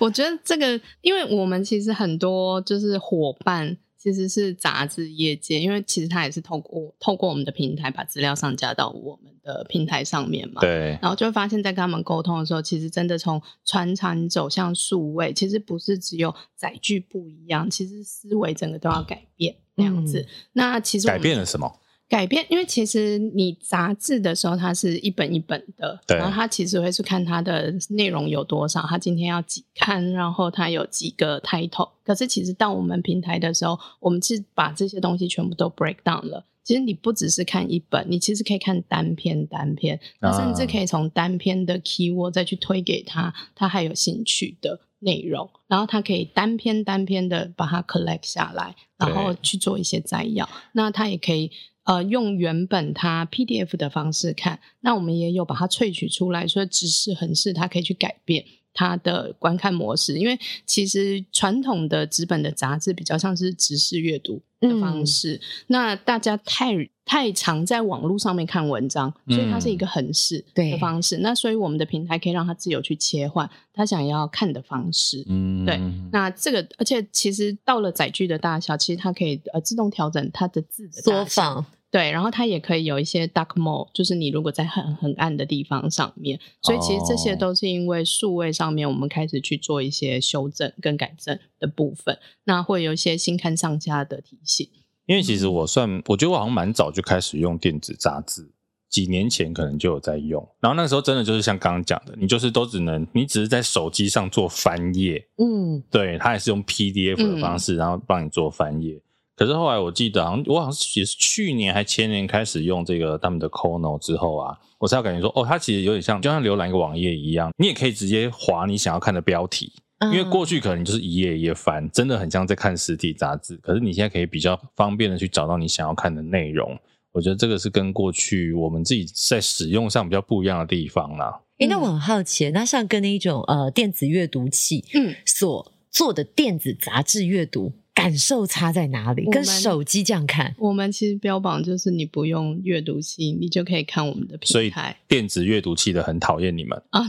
E: 我觉得这个，因为我们其实很多就是伙伴。其实是杂志业界，因为其实它也是透过透过我们的平台把资料上架到我们的平台上面嘛。
B: 对，
E: 然后就会发现，在跟他们沟通的时候，其实真的从传产走向数位，其实不是只有载具不一样，其实思维整个都要改变这样子。那其实
B: 嗯
E: 我
B: 改
E: 们
B: 变了什么？
E: 改变，因为其实你杂志的时候，它是一本一本的，
B: 对
E: 然后它其实会去看它的内容有多少，它今天要几刊，然后它有几个 title。可是其实到我们平台的时候，我们是把这些东西全部都 break down 了。其实你不只是看一本，你其实可以看单篇单篇，那甚至可以从单篇的 keyword 再去推给他，他还有兴趣的内容，然后他可以单篇单篇的把它 collect 下来，然后
B: 对
E: 去做一些摘要。那他也可以呃用原本它 PDF 的方式看，那我们也有把它萃取出来，所以只是横式它可以去改变。它的观看模式，因为其实传统的纸本的杂志比较像是直视阅读 的
C: 嗯
E: 方式，那大家太太常在网络上面看文章，所以它是一个横式
C: 对
E: 的方式。那所以我们的平台可以让它自由去切换他想要看的方式。
B: 嗯，
E: 对那这个，而且其实到了载具的大小，其实它可以呃自动调整它的字的
C: 嗯缩
E: 大小，
C: 放，
E: 对，然后它也可以有一些 dark mode，就是你如果在很很暗的地方上面，所以其实这些
B: 哦
E: 都是因为数位上面我们开始去做一些修正跟改正的部分，那会有一些新刊上架的提醒。
B: 因为其实我算，我觉得我好像蛮早就开始用电子杂志，几年前可能就有在用。然后那个时候真的就是像刚刚讲的，你就是都只能，你只是在手机上做翻页，
C: 嗯，
B: 对，它也是用 PDF 的方式，然后帮你做翻页。可是后来我记得，好像我好像是也是去年还前年开始用这个他们的 Kono 之后啊，我才有感觉说，哦，它其实有点像，就像浏览一个网页一样，你也可以直接划你想要看的标题，
C: 嗯
B: 因为过去可能你就是一页一页翻，真的很像在看实体杂志。可是你现在可以比较方便的去找到你想要看的内容，我觉得这个是跟过去我们自己在使用上比较不一样的地方啦。
C: 哎、那我很好奇，那像跟那一种呃电子阅读器
E: 嗯，
C: 所做的电子杂志阅读，感受差在哪里？
E: 我们
C: 跟手机这样看，
E: 我们其实标榜就是你不用阅读器，你就可以看我们的
B: 所
E: 平
B: 以
E: 台哦
B: 电子阅读器的很讨厌你们。
E: 啊。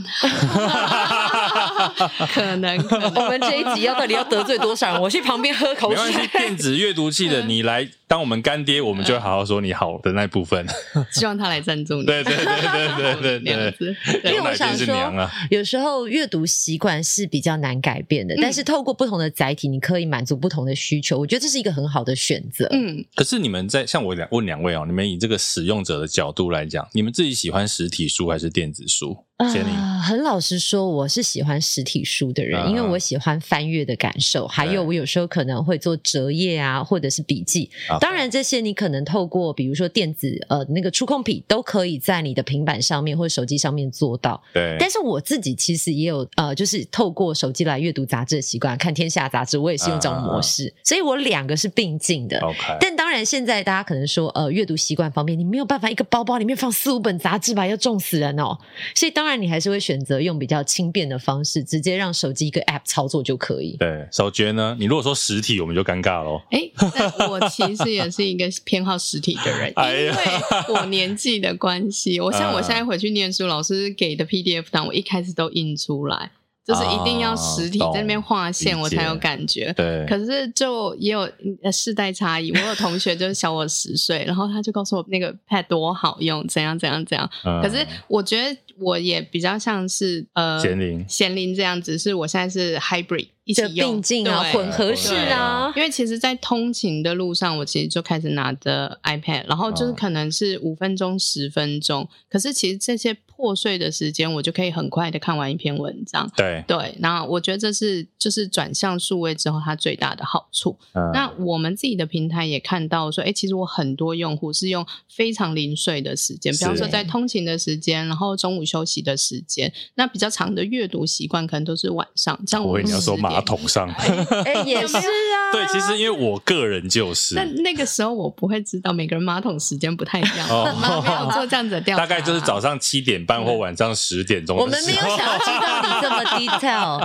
E: 可能可能
C: 我们这一 集要到底要得罪多少人？我去旁边喝口
B: 没关系，
C: 水。
B: 电子阅读器的你来当我们干爹，我们就会好好说你好的那部分。
E: 希望他来赞助你。
B: 对对对对对对
E: 这
B: 对，
E: 样子
C: 因为
B: 牛
C: 我
B: 奶
C: 想
B: 便是
C: 说
B: 娘啊！
C: 有时候阅读习惯是比较难改变的，
E: 嗯
C: 但是透过不同的载体，你可以满足不同的需求。我觉得这是一个很好的选择。
E: 嗯，
B: 可是你们在像我两问两位哦，你们以这个使用者的角度来讲，你们自己喜欢实体书还是电子书？杰宁，
C: 啊，很老实说，我是喜欢实体书的人，
B: 啊
C: 因为我喜欢翻阅的感受，还有我有时候可能会做折页啊，或者是笔记。
B: 啊
C: 当然，这些你可能透过比如说电子呃那个触控笔，都可以在你的平板上面或手机上面做到。
B: 对，
C: 但是我自己其实也有呃，就是透过手机来阅读杂志的习惯，看《天下》杂志，我也是用这种模式，
E: 啊
C: 所以我两个是并进
E: 哦
C: 的。
B: OK，
C: 但当然，现在大家可能说，呃，阅读习惯方面，你没有办法一个包包里面放四五本杂志吧，要重死人哦。所以当然，你还是会选择用比较轻便的方式，直接让手机一个 App 操作就可以。
B: 对，手诀呢？你如果说实体，我们就尴尬喽。
E: 哎，但我其实也是一个偏好实体的人，
B: 哎
E: 因为
B: 呀嗯
E: 我年纪的关系，我像我现在回去念书，老师给的 PDF 档，我一开始都印出来，就是一定要实体
B: 啊懂
E: 在那边画线，我才有感觉。
B: 对，
E: 可是就也有呃世代差异，我有同学就是小我十岁，然后他就告诉我那个 Pad 多好用，怎样怎样怎样。
B: 嗯
E: 可是我觉得我也比较像是呃
B: 贤玲
E: 贤玲这样子，是我现在是 hybrid 一起
C: 这
E: 用
C: 并进啊，
E: 对
C: 混合式啊，
E: 因为其实，在通勤的路上，我其实就开始拿着 iPad，然后就是
B: 嗯
E: 可能是五分钟、十分钟，可是其实这些破碎的时间，我就可以很快的看完一篇文章。
B: 对，
E: 对，那我觉得这是就是转向数位之后它最大的好处。
B: 嗯
E: 那我们自己的平台也看到说，哎、其实我很多用户是用非常零碎的时间，比方
B: 是
E: 说在通勤的时间，然后中午休息的时间，那比较长的阅读习惯可能都是晚上。这样
B: 我哦以为你要
E: 10
B: 说马
E: 点
B: 桶上，
C: 哎、也是啊。
B: 对，其实因为我个人就是
E: 但那个时候我不会知道每个人马桶时间不太一样，
B: 哦
E: 我们没有做这样子的调
B: 大
E: 查，
B: 概就是早上七点半或晚上十点钟的时候。
C: 我们没有想要知道你这么 detail，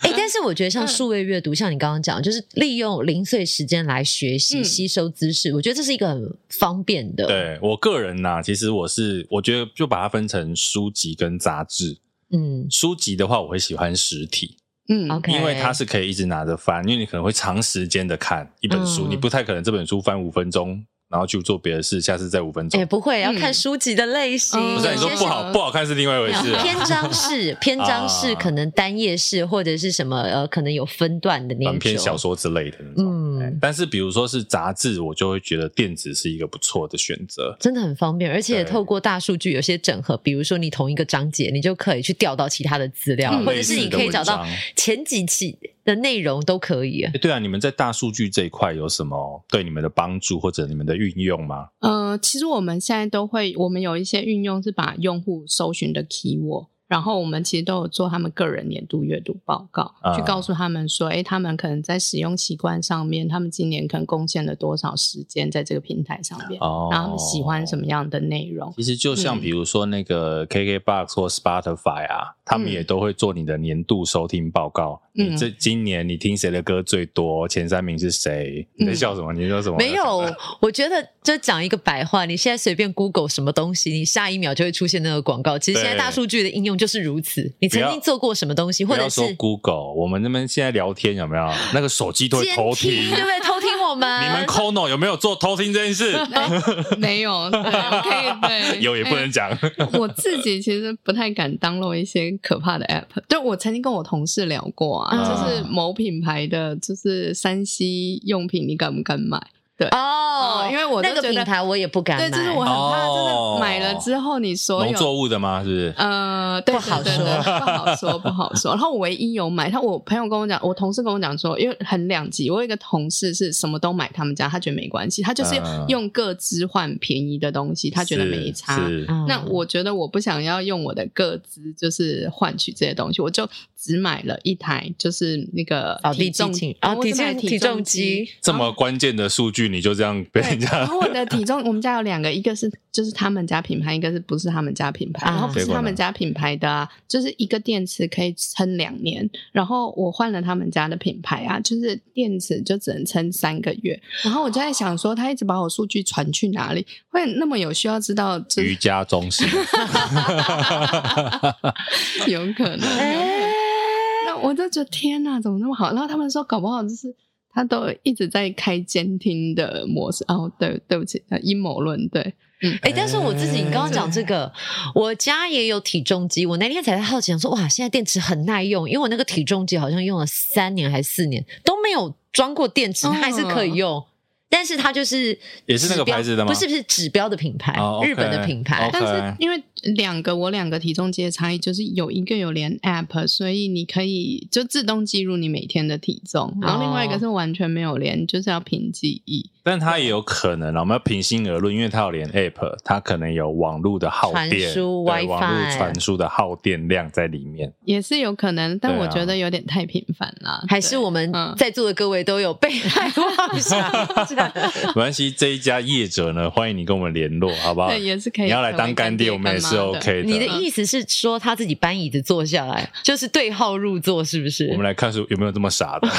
C: 哎、但是我觉得像数位阅读，像你刚刚讲，就是利用零碎时间来学习、
E: 嗯
C: 吸收知识，我觉得这是一个很方便的。，
B: 对我个人呐、其实我是我觉得就把它分成书籍跟杂志。
C: 嗯
B: 书籍的话，我会喜欢实体，
E: 嗯
C: ，OK，
B: 因为它是可以一直拿着翻，因为你可能会长时间的看一本书，
C: 嗯
B: 你不太可能这本书翻五分钟，然后去做别的事，下次再五分钟。
C: 也、哎不会要
E: 嗯
C: 看书籍的类型，
E: 嗯
B: 不是你说
C: 有些
B: 不好
E: 是
B: 不好看是另外一回事、啊，
C: 篇章式，篇章式
B: 啊
C: 可能单页式或者是什么呃，可能有分段的那
B: 短
C: 种
B: 篇小。说之类的那种。
C: 嗯
B: 哎但是比如说是杂志，我就会觉得电子是一个不错的选择。
C: 真的很方便，而且
B: 对
C: 透过大数据有些整合，比如说你同一个章节，你就可以去调到其他的资料，啊
E: 嗯
C: 或者是你可以找
B: 类似的
C: 到
B: 文章
C: 前几期的内容都可以。
B: 哎对啊，你们在大数据这一块有什么对你们的帮助或者你们的运用吗？
E: 呃，其实我们现在都会，我们有一些运用是把用户搜寻的 keyword，然后我们其实都有做他们个人年度阅读报告，
B: 啊
E: 去告诉他们说，哎，他们可能在使用习惯上面，他们今年可能贡献了多少时间在这个平台上面，
B: 哦，
E: 然后他们喜欢什么？样的内容。
B: 其实就像
E: 嗯
B: 比如说那个 KKBox 或 Spotify 啊，他们
E: 嗯
B: 也都会做你的年度收听报告。
E: 嗯
B: 你这今年你听谁的歌最多？前三名是谁？你在
E: 嗯
B: 笑什么？你说什么？
C: 没 有，我觉得就讲一个白话，你现在随便 Google 什么东西，你下一秒就会出现那个广告。其实现在
B: 对
C: 大数据的应用就是如此。你曾
B: 不要
C: 经做过什么东西，
B: 不
C: 或
B: 要
C: 者
B: 说
C: 是
B: Google，我们那边现在聊天有没有？那个手机都会
C: 监
B: 偷
C: 听，
B: 听
E: 啊
C: 对。不对？偷听我们，
B: 你们 Kono 有没有做偷听这件事？
E: 没 有，对，我可以 对，
B: 有也不能讲。
E: 我自己其实不太敢 download 一些可怕的 app。对我曾经跟我同事聊过
C: 嗯
E: 啊，
B: 啊
E: 就是某品牌的就是山西用品，你敢不敢买？
C: 哦
E: 哦，因为我就
C: 那个
E: 觉
C: 平
E: 得
C: 台我也不敢买，
E: 对，就是我很怕，
B: 哦
E: 就是买了之后你所
B: 农
E: 有。
B: 作物的吗？是不是？
E: 呃，对，
C: 不好
E: 对对对不好说，不好说。然后我唯一有买，他我朋友跟我讲，我同事跟我讲说，因为很两极。我有一个同事是什么都买他们家，他觉得没关系，他就是
B: 嗯
E: 用各资换便宜的东西，他觉得没差。
B: 是
C: 嗯
E: 那我觉得我不想要用我的个资，就是换取这些东西，我就只买了一台，就是那个
C: 扫地
E: 体重
C: 机器
E: 啊
C: 啊，
E: 我
C: 体
E: 只买
C: 重
E: 体
C: 体重
E: 机
C: 机，
B: 这么关键的数据，你就这样被人
E: 对，
B: 家
E: 然后我的 体重，我们家有两个，一个是就是他们家品牌，一个是不是他们家品牌，
C: 啊
E: 然后不
B: 结
E: 是
B: 果呢
E: 他们家品牌的、啊，就是一个电池可以撑两年，然后我换了他们家的品牌啊，就是电池就只能撑三个月，然后我就在想说，他一直把我数据传去哪里，会那么有需要知道， 就
B: 瑜
E: 是
B: 伽中心。
E: 有可能。
C: 哎
E: 那但我就觉得天哪，怎么那么好？然后他们说，搞不好就是他都一直在开监听的模式。哦，对，对不起，呃阴谋论，对，
C: 哎、但是我自己，你刚刚讲
E: 对
C: 这个，我家也有体重机。我那天才在好奇，想说哇，现在电池很耐用，因为我那个体重机好像用了三年还是四年都没有装过电池，它还是可以用。但是它就是
B: 也是那个
C: 指标
B: 牌子的吗
C: 不是不是指标的品牌，
B: 哦，OK
C: 日本的品牌。
B: OK
E: 但是因为两个我两个体重机的差异，就是有一个有连 app，所以你可以就自动记录你每天的体重，然后另
B: 哦
E: 外一个是完全没有连，就是要凭记忆。
B: 但它也有可能啦，啊我们要平心而论，因为它有连 App，它可能有网络的耗电，
C: 传输
B: 对网络
C: WiFi
B: 传输的耗电量在里面。
E: 也是有可能，但
B: 对啊
E: 我觉得有点太频繁了。
C: 还是我们
E: 嗯
C: 在座的各位都有被害 妄想
B: 没关系，这一家业者呢，欢迎你跟我们联络，好不好？
E: 对也是可以
B: 你要来当
E: 成为
B: 干
E: 干
B: 爹，
E: 爹
B: 我们也是
E: 干妈的
B: OK
C: 你的意思是说他自己搬椅子坐下来，就是对号入座，是不是？
B: 我们来看是有没有这么傻 的。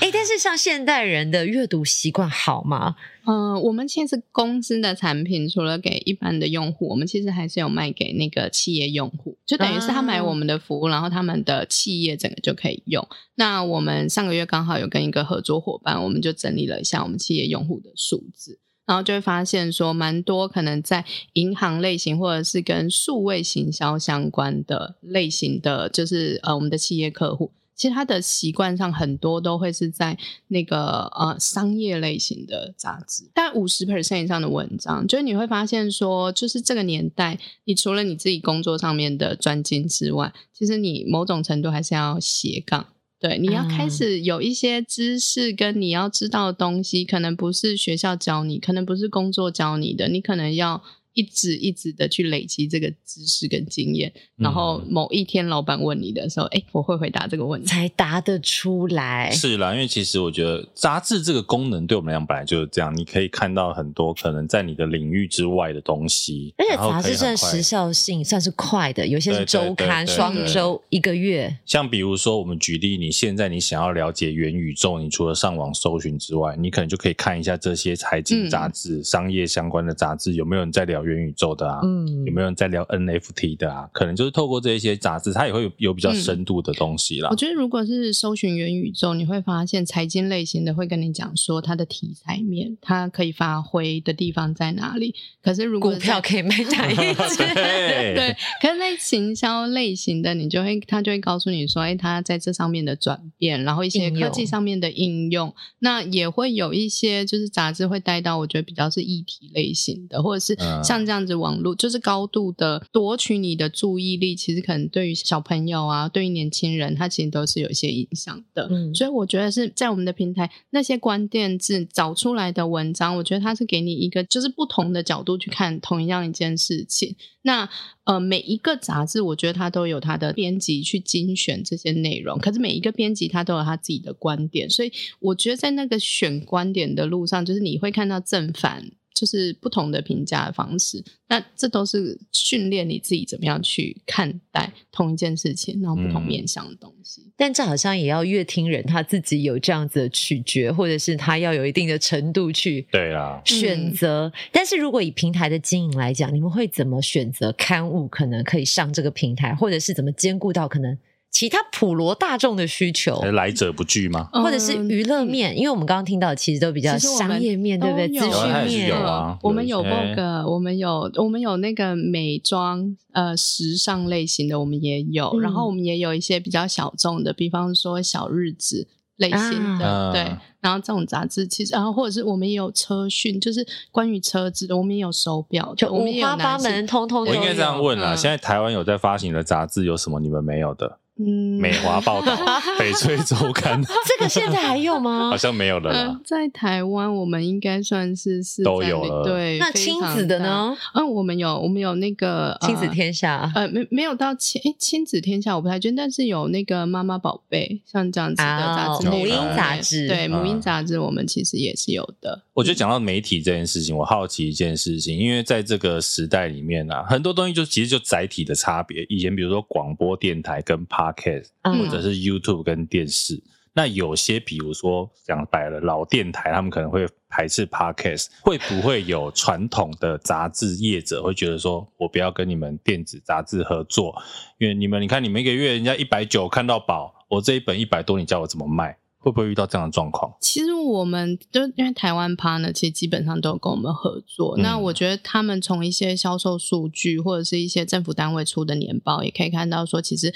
C: 哎、但是像现代人的阅读习惯好吗？
E: 嗯、我们其实公司的产品除了给一般的用户，我们其实还是有卖给那个企业用户，就等于是他买我们的服务，然后他们的企业整个就可以用。那我们上个月刚好有跟一个合作伙伴，我们就整理了一下我们企业用户的数字。然后就会发现说，蛮多可能在银行类型或者是跟数位行销相关的类型的，就是呃我们的企业客户，其实他的习惯上很多都会是在那个呃商业类型的杂志，但五十 percent 以上的文章，就是你会发现说，就是这个年代，你除了你自己工作上面的专精之外，其实你某种程度还是要斜杠。对，你要开始有一些知识跟你要知道的东西，可能不是学校教你，可能不是工作教你的，你可能要一直一直的去累积这个知识跟经验，然后某一天老板问你的时候，哎、我会回答这个问题。
C: 才答得出来。
B: 是啦，因为其实我觉得杂志这个功能对我们来讲本来就是这样，你可以看到很多可能在你的领域之外的东西，
C: 而且
B: 然后
C: 杂
B: 可以
C: 志真的
B: 很快
C: 时效性算是快的，有些是
B: 对对
C: 周刊、
B: 对对
C: 双
E: 对
C: 周、一个月。
B: 像比如说，我们举例，你现在你想要了解元宇宙，你除了上网搜寻之外，你可能就可以看一下这些财经
E: 嗯
B: 杂志、商业相关的杂志，有没有人在聊元宇宙的啊？
C: 嗯
B: 有，没有人在聊 NFT 的啊？可能就是透过这一些杂志，它也会有有比较深度的东西啦
E: 嗯我。觉得如果是搜寻元宇宙，你会发现财经类型的会跟你讲说它的题材面，它可以发挥的地方在哪里。可是如果
C: 股
E: 是
C: 票可以买哪一只？
B: 对
E: 对，可是在行销类型的，你就会他就会告诉你说，哎，他在这上面的转变，然后一些
C: 应
E: 科
C: 用
E: 技上面的应用，那也会有一些就是杂志会带到，我觉得比较是议题类型的，或者是
B: 嗯
E: 像这样子网络，就是高度的夺取你的注意力，其实可能对于小朋友啊，对于年轻人，他其实都是有一些影响的。
C: 嗯
E: 所以我觉得是在我们的平台那些关键字找出来的文章，我觉得它是给你一个就是不同的角度去看同样一件事情。那呃，每一个杂志，我觉得它都有它的编辑去精选这些内容，可是每一个编辑他都有他自己的观点，所以我觉得在那个选观点的路上，就是你会看到正反。就是不同的评价方式，那这都是训练你自己怎么样去看待同一件事情，然后不同
B: 嗯
E: 面向的东西。
C: 但这好像也要乐听人他自己有这样子的取决，或者是他要有一定的程度去
B: 对啊啦，
C: 选择。
B: 嗯
C: 但是如果以平台的经营来讲，你们会怎么选择刊物可能可以上这个平台，或者是怎么兼顾到可能其他普罗大众的需求
E: 哦
B: 还？是哎来者不拒吗？
C: 或者是
E: 嗯
C: 娱乐面，因为我们刚刚听到的其实都比较
E: 其实我们
C: 商业面，对不对？
E: 都
C: 资
E: 有
B: 有啊它
C: 讯
B: 也是
C: 面
B: 有啊
E: 嗯我们有
B: 有一些
E: Vogue，我们有我们有那个美妆呃时尚类型的，我们也有，
C: 嗯
E: 然后我们也有一些比较小众的，比方说小日子。类型的、
B: 啊
E: 对
B: 嗯，
E: 然后这种杂志其实，然后或者是我们也有车讯，就是关于车子的，我们也有手表的，
C: 就
E: 我们
C: 五
E: 也
C: 花
E: 有
C: 八
E: 男性
C: 门，，通通都
B: 我应该这样
C: 有
B: 问啦，
E: 嗯
B: 现在台湾有在发行的杂志有什么你们没有的？
E: 嗯，
B: 美华报 道、翡翠周刊，
C: 这个现在还有 吗
B: 好？像没有了
E: 嗯、
B: 啦。
E: 在台湾我们应该算是是
B: 都
E: 占
B: 有
E: 领
B: 了
E: 对，
C: 那
E: 非
C: 亲
E: 常
C: 子的
E: 大？
C: 呢？
E: 嗯，我们有我们有那个、呃、
C: 亲子天下
E: 呃，没没有到亲诶亲子天下我不太确定，但是有那个妈妈宝贝像这样子的杂志
B: 哦
E: 内
B: 母婴
E: 容
C: 杂
E: 对
C: 志
E: 对母
B: 嗯
E: 婴杂志我们其实也是有的。
B: 我觉得讲到媒体这件事情，我好奇一件事情，因为在这个时代里面啊，很多东西就其实就载体的差别。以前比如说广播电台跟 podcast，
E: 呃
C: 嗯
B: 或者是 YouTube 跟电视，那有些，比如说讲白了，老电台他们可能会排斥 podcast，会不会有传统的杂志业者会觉得说，我不要跟你们电子杂志合作，因为你们你看你们一个月人家一百九看到饱，我这一本一百多，你叫我怎么卖？会不会遇到这样的状况？
E: 其实我们就因为台湾 partner 其实基本上都有跟我们合作。
B: 嗯
E: 那我觉得他们从一些销售数据或者是一些政府单位出的年报，也可以看到说，其实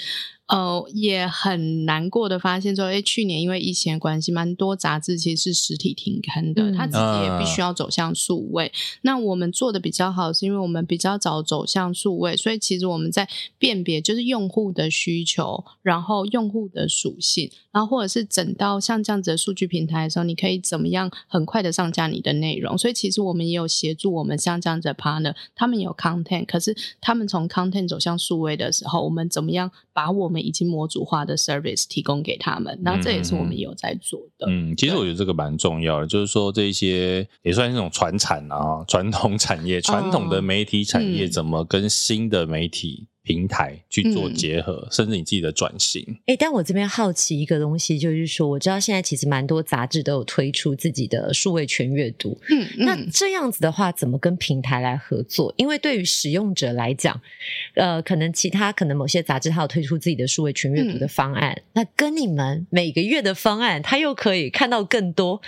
E: 呃也很难过的发现说，哎，去年因为疫情的关系，蛮多杂志其实是实体停刊的，
C: 嗯
E: 它自己也必
B: 啊
E: 须要走向数位。那我们做的比较好，是因为我们比较早走向数位，所以其实我们在辨别就是用户的需求，然后用户的属性，然后或者是整到像这样子的数据平台的时候，你可以怎么样很快的上架你的内容。所以其实我们也有协助我们像这样子的 partner，他们有 content，可是他们从 content 走向数位的时候，我们怎么样把我们已经模组化的 service 提供给他们？然后这也是我们有在做的。
B: 嗯，其实我觉得这个蛮重要的，就是说这一些也算是那种传产啊，传统产业、传统的媒体产业
E: 哦嗯
B: 怎么跟新的媒体平台去做
E: 嗯
B: 结合，甚至你自己的转型。
C: 哎、但我这边好奇一个东西，就是说，我知道现在其实蛮多杂志都有推出自己的数位全阅读，
E: 嗯，
C: 那
E: 嗯
C: 这样子的话，怎么跟平台来合作？因为对于使用者来讲，呃，可能其他可能某些杂志它有推出自己的数位全阅读的
E: 嗯
C: 方案，那跟你们每个月的方案，它又可以看到更多。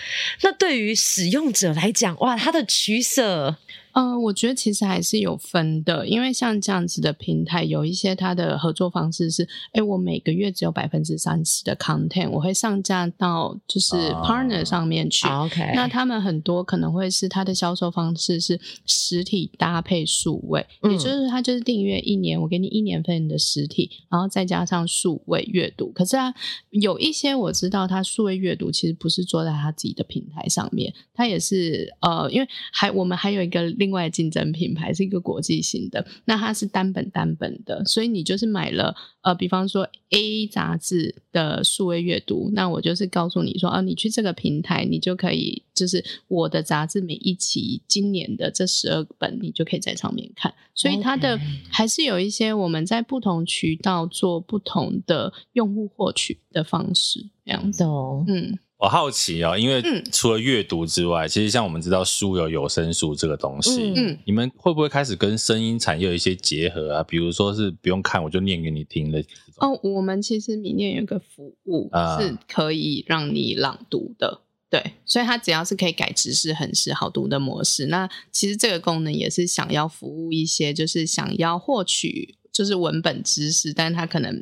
C: 那对于使用者来讲，哇，它的取舍，
E: 呃，我觉得其实还是有分的，因为像这样子的平台，有一些它的合作方式是，哎，我每个月只有百分之三十的 content，我会上架到就是
B: 啊
E: partner 上面去。
C: 啊 OK，
E: 那他们很多可能会是它的销售方式是实体搭配数位，
C: 嗯
E: 也就是它就是订阅一年，我给你一年份的实体，然后再加上数位阅读。可是啊，有一些我知道它数位阅读其实不是做在它自己的平台上面，它也是呃，因为还我们还有一个另外的竞争品牌是一个国际型的，那它是单本单本的，所以你就是买了呃，比方说 A 杂志的数位阅读，那我就是告诉你说，啊，你去这个平台，你就可以，就是我的杂志每一期今年的这十二本，你就可以在上面看。所以它的
C: OK
E: 还是有一些我们在不同渠道做不同的用户获取的方式，这样子。
C: 懂，
E: 嗯
B: 我好奇啊、因为
E: 嗯
B: 除了阅读之外，其实像我们知道书有有声书这个东西，
C: 嗯
E: 嗯，
B: 你们会不会开始跟声音产业有一些结合啊？比如说是不用看我就念给你听的这种，
E: 哦，我们其实米念有一个服务
B: 啊
E: 是可以让你朗读的，对，所以它只要是可以改直视、横视好读的模式，那其实这个功能也是想要服务一些就是想要获取就是文本知识，但他可能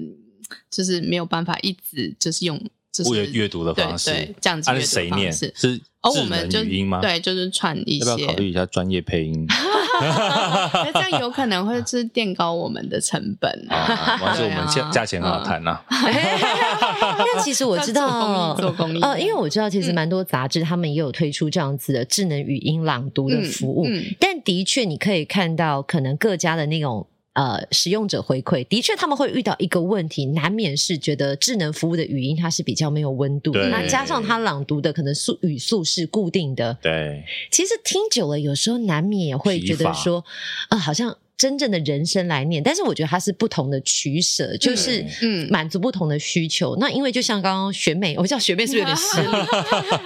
E: 就是没有办法一直就是用就是
B: 阅阅读的
E: 对
B: 方式。
E: 对这样子
B: 啊，
E: 阅
B: 是
E: 读
B: 谁
E: 的
B: 念？
E: 方
B: 是
E: 式。
B: 智
E: 哦，我们就
B: 能语音吗？
E: 对，就是串一些，
B: 要不要考 虑一下专业配音？
E: 那这样有可能会是垫高我们的成本
B: 啊，完 事我
E: 对
B: 们
E: 啊嗯
B: 价价钱好谈啊呐。
C: 但其实我知道
E: 要，做公益，做公益
C: 呃，因为我知道其实
E: 嗯
C: 蛮多杂志他们也有推出这样子的智能语音朗读的服务，
E: 嗯嗯
C: 但的确，你可以看到，可能各家的那种呃使用者回馈，的确他们会遇到一个问题，难免是觉得智能服务的语音它是比较没有温度的，
B: 对
C: 那加上它朗读的可能速语速是固定的，
B: 对，
C: 其实听久了，有时候难免也会觉得说，啊、好像真正的人生来念，但是我觉得它是不同的取舍，就是。
E: 嗯
C: 满足不同的需求，那因为就像刚刚学妹，我叫学妹是不是有点失礼？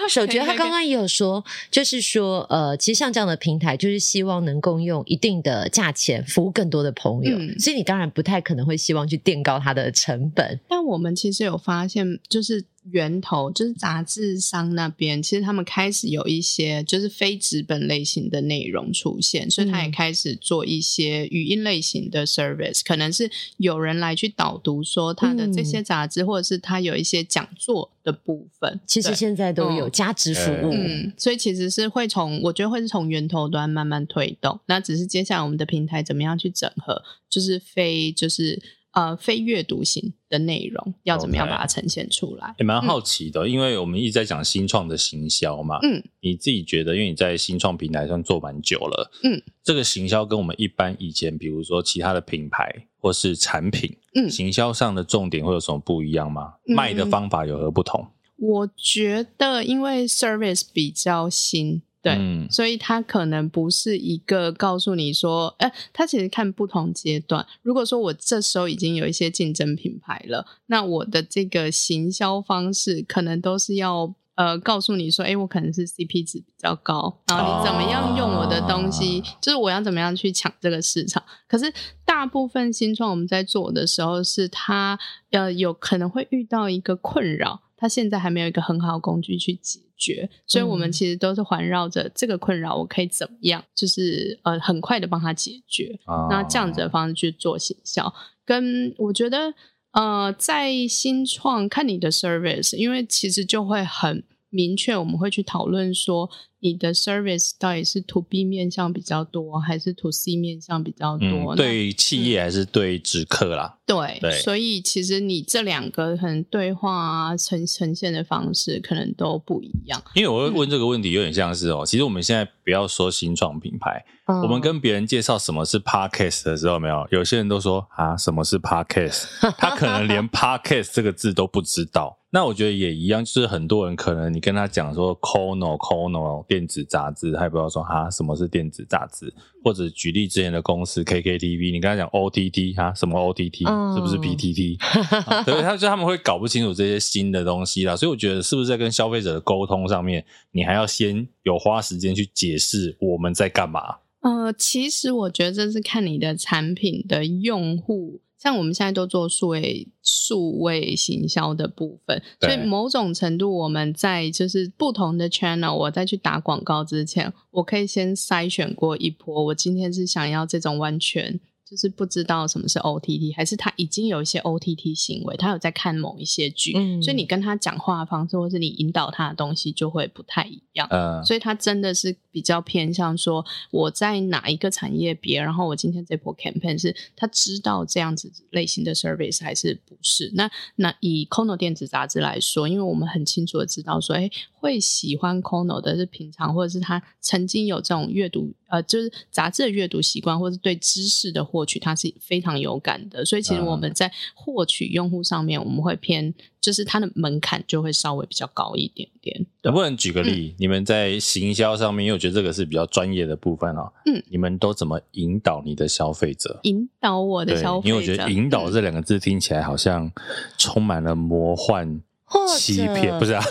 C: 手觉他刚刚也有说，就是说，呃，其实像这样的平台，就是希望能够用一定的价钱服务更多的朋友，
E: 嗯
C: 所以你当然不太可能会希望去垫高它的成本。
E: 但我们其实有发现，就是源头，就是杂志商那边，其实他们开始有一些就是非纸本类型的内容出现，所以他也
C: 嗯
E: 开始做一些语音类型的 service，、可能是有人来去导读说他的这
C: 嗯
E: 些杂志，或者是他有一些讲座的部分。
C: 其实
E: 对
C: 现在都有
E: 嗯
C: 价值服
B: 哎
C: 务，
E: 嗯，所以其实是会从，我觉得会是从源头端慢慢推动。那只是接下来我们的平台怎么样去整合，就是非就是呃非阅读型的内容，要怎么样
B: OK
E: 把它呈现出来？
B: 也蛮好奇的，因为我们一直在讲新创的行销嘛。
E: 嗯，
B: 你自己觉得，因为你在新创平台上做蛮久了，
E: 嗯，
B: 这个行销跟我们一般以前，比如说其他的品牌或是产品，
E: 嗯
B: 行销上的重点会有什么不一样吗？
E: 嗯
B: 卖的方法有何不同？
E: 我觉得因为 service 比较新。对
B: 嗯
E: 所以它可能不是一个告诉你说，哎、它其实看不同阶段。如果说我这时候已经有一些竞争品牌了，那我的这个行销方式可能都是要呃告诉你说，哎、我可能是 CP 值比较高，然后你怎么样用我的东西，
B: 啊
E: 就是我要怎么样去抢这个市场。可是大部分新创我们在做的时候，是它呃有可能会遇到一个困扰，它现在还没有一个很好的工具去解决，所以我们
C: 嗯
E: 其实都是环绕着这个困扰，我可以怎么样，就是呃很快的帮他解决。
B: 啊
E: 那这样子的方式去做行销，跟我觉得呃，在新创看你的 service，因为其实就会很明确，我们会去讨论说你的 service 到底是 to B 面向比较多，还是 to C 面向比较多？
B: 嗯，
E: 那
B: 对企业还是对直客啦，
E: 对，
B: 对
E: 所以其实你这两个可能对话啊呈呈现的方式可能都不一样。
B: 因为我会问这个问题，有点像是哦，其实我们现在不要说新创品牌，我们跟别人介绍什么是 podcast 的时候，有没有有些人都说啊，什么是 podcast，他可能连 podcast 这个字都不知道。那我觉得也一样，就是很多人可能你跟他讲说 Kono Kono 电子杂志，他也不知道说啊什么是电子杂志，或者举例之前的公司 KKTV，你跟他讲 OTT 啊什么 OTT、
C: 嗯
B: 是不是 PTT？啊对，他就他们会搞不清楚这些新的东西啦，所以我觉得是不是在跟消费者的沟通上面，你还要先有花时间去解释我们在干嘛？
E: 呃，其实我觉得这是看你的产品的用户，像我们现在都做数位数位行销的部分，所以
B: 对
E: 某种程度我们在就是不同的 channel，我在去打广告之前，我可以先筛选过一波，我今天是想要这种完全。就是不知道什么是 OTT，还是他已经有一些 OTT 行为，他有在看某一些剧，
C: 嗯
E: 所以你跟他讲话的方式，或是你引导他的东西就会不太一样。
B: 嗯、
E: 所以它真的是比较偏向说我在哪一个产业别，然后我今天这波 campaign 是他知道这样子类型的 service 还是不是？那那以 Kono 电子杂志来说，因为我们很清楚的知道说，哎，会喜欢 Kono 的是平常或者是他曾经有这种阅读呃，就是杂志的阅读习惯，或是对知识的获取，他是非常有感的。所以其实
B: 嗯
E: 我们在获取用户上面，我们会偏就是它的门槛就会稍微比较高一点点。
B: 能不能举个例？
E: 嗯
B: 你们在行销上面，因为我觉得这个是比较专业的部分哦。
E: 嗯，
B: 你们都怎么引导你的消费者？
E: 引导我的
B: 对
E: 消，费者，
B: 因为我觉得“引导”
E: 嗯
B: 这两个字听起来好像充满了魔幻、
C: 或者
B: 欺
E: 嗯
B: 骗，不是啊？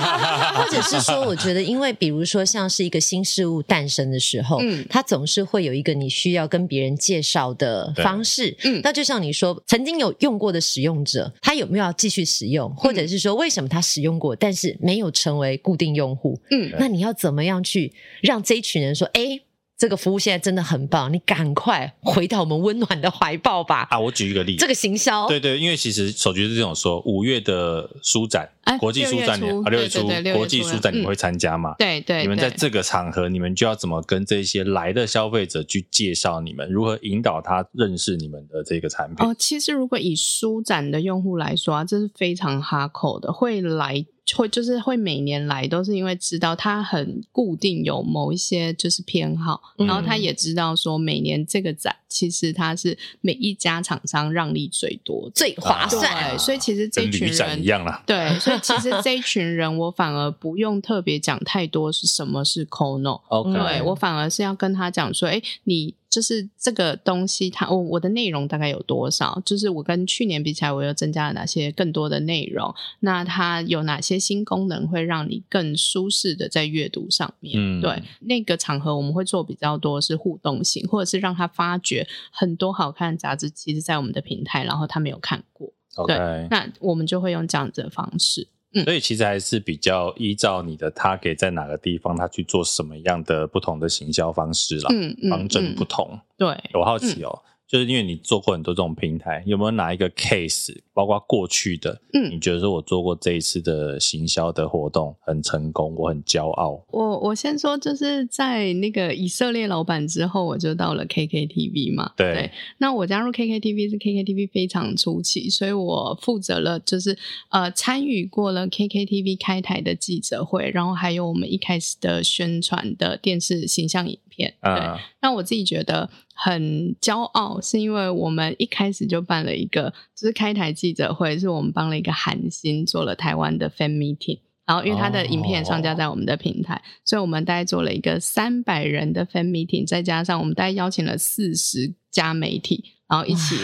C: 或者是说，我觉得，因为比如说，像是一个新事物诞生的时 候，
E: 嗯
C: 它总是会有一个你需要跟别人介绍的方式。
E: 对嗯
C: 那就像你说，曾经有用过的使用者，他有没有要继续使用，或者是说，为什么他使用过，但是没有成为固定用户？
E: 嗯
C: 那你要怎么样去让这一群人说，哎？这个服务现在真的很棒，你赶快回到我们温暖的怀抱吧！
B: 啊，我举一个例，
C: 这个行销，
B: 对对，因为其实手局是这种说，五月的书展
E: 哎，
B: 国际书展你
E: 六月初
B: 啊，六月初
E: 对对对六月初嗯
B: 国际书展你们会参加嘛？
E: 对对，
B: 你们在
E: 对
B: 这个场合，你们就要怎么跟这些来的消费者去介绍你们，如何引导他认识你们的这个产品？
E: 哦，其实如果以书展的用户来说啊，这是非常哈口的，会来会就是会每年来，都是因为知道他很固定有某一些就是偏好，
C: 嗯
E: 然后他也知道说每年这个展其实它是每一家厂商让利最多的，
C: 最划
B: 啊
C: 算。
E: 对，所以其实这
B: 跟
E: 群
B: 旅展
E: 人
B: 一样啦。
E: 对，所以其实这一群人，我反而不用特别讲太多是什么是 Kono，
B: OK，
E: 嗯对我反而是要跟他讲说，哎，你就是这个东西它，我我的内容大概有多少？就是我跟去年比起来，我又增加了哪些更多的内容？那它有哪些新功能会让你更舒适的在阅读上面？
B: 嗯
E: 对，那个场合我们会做比较多是互动型，或者是让他发掘很多好看的杂志，其实在我们的平台，然后他没有看过，
B: OK，
E: 那我们就会用这样子的方式。
B: 所以其实还是比较依照你的 target 在哪个地方，他去做什么样的不同的行销方式啦，
E: 嗯嗯，
B: 方
E: 嗯
B: 针不同。
E: 对，
B: 我好奇哦，就是因为你做过很多这种平台，有没有哪一个 case，包括过去的，
E: 嗯
B: 你觉得说我做过这一次的行销的活动很成功，我很骄傲。
E: 我我先说，就是在那个以色列老板之后，我就到了 KKTV 嘛。
B: 对
E: 那我加入 KKTV 是 KKTV 非常初期，所以我负责了，就是呃参与过了 KKTV 开台的记者会，然后还有我们一开始的宣传的电视形象影片。对，
B: 啊，
E: 那我自己觉得很骄傲，是因为我们一开始就办了一个，就是开台记者会，是我们帮了一个韩星做了台湾的 fan meeting。然后因为他的影片也上
B: 哦
E: 架在我们的平台，所以我们大概做了一个三百人的 fan meeting，再加上我们大概邀请了四十家媒体，然后一起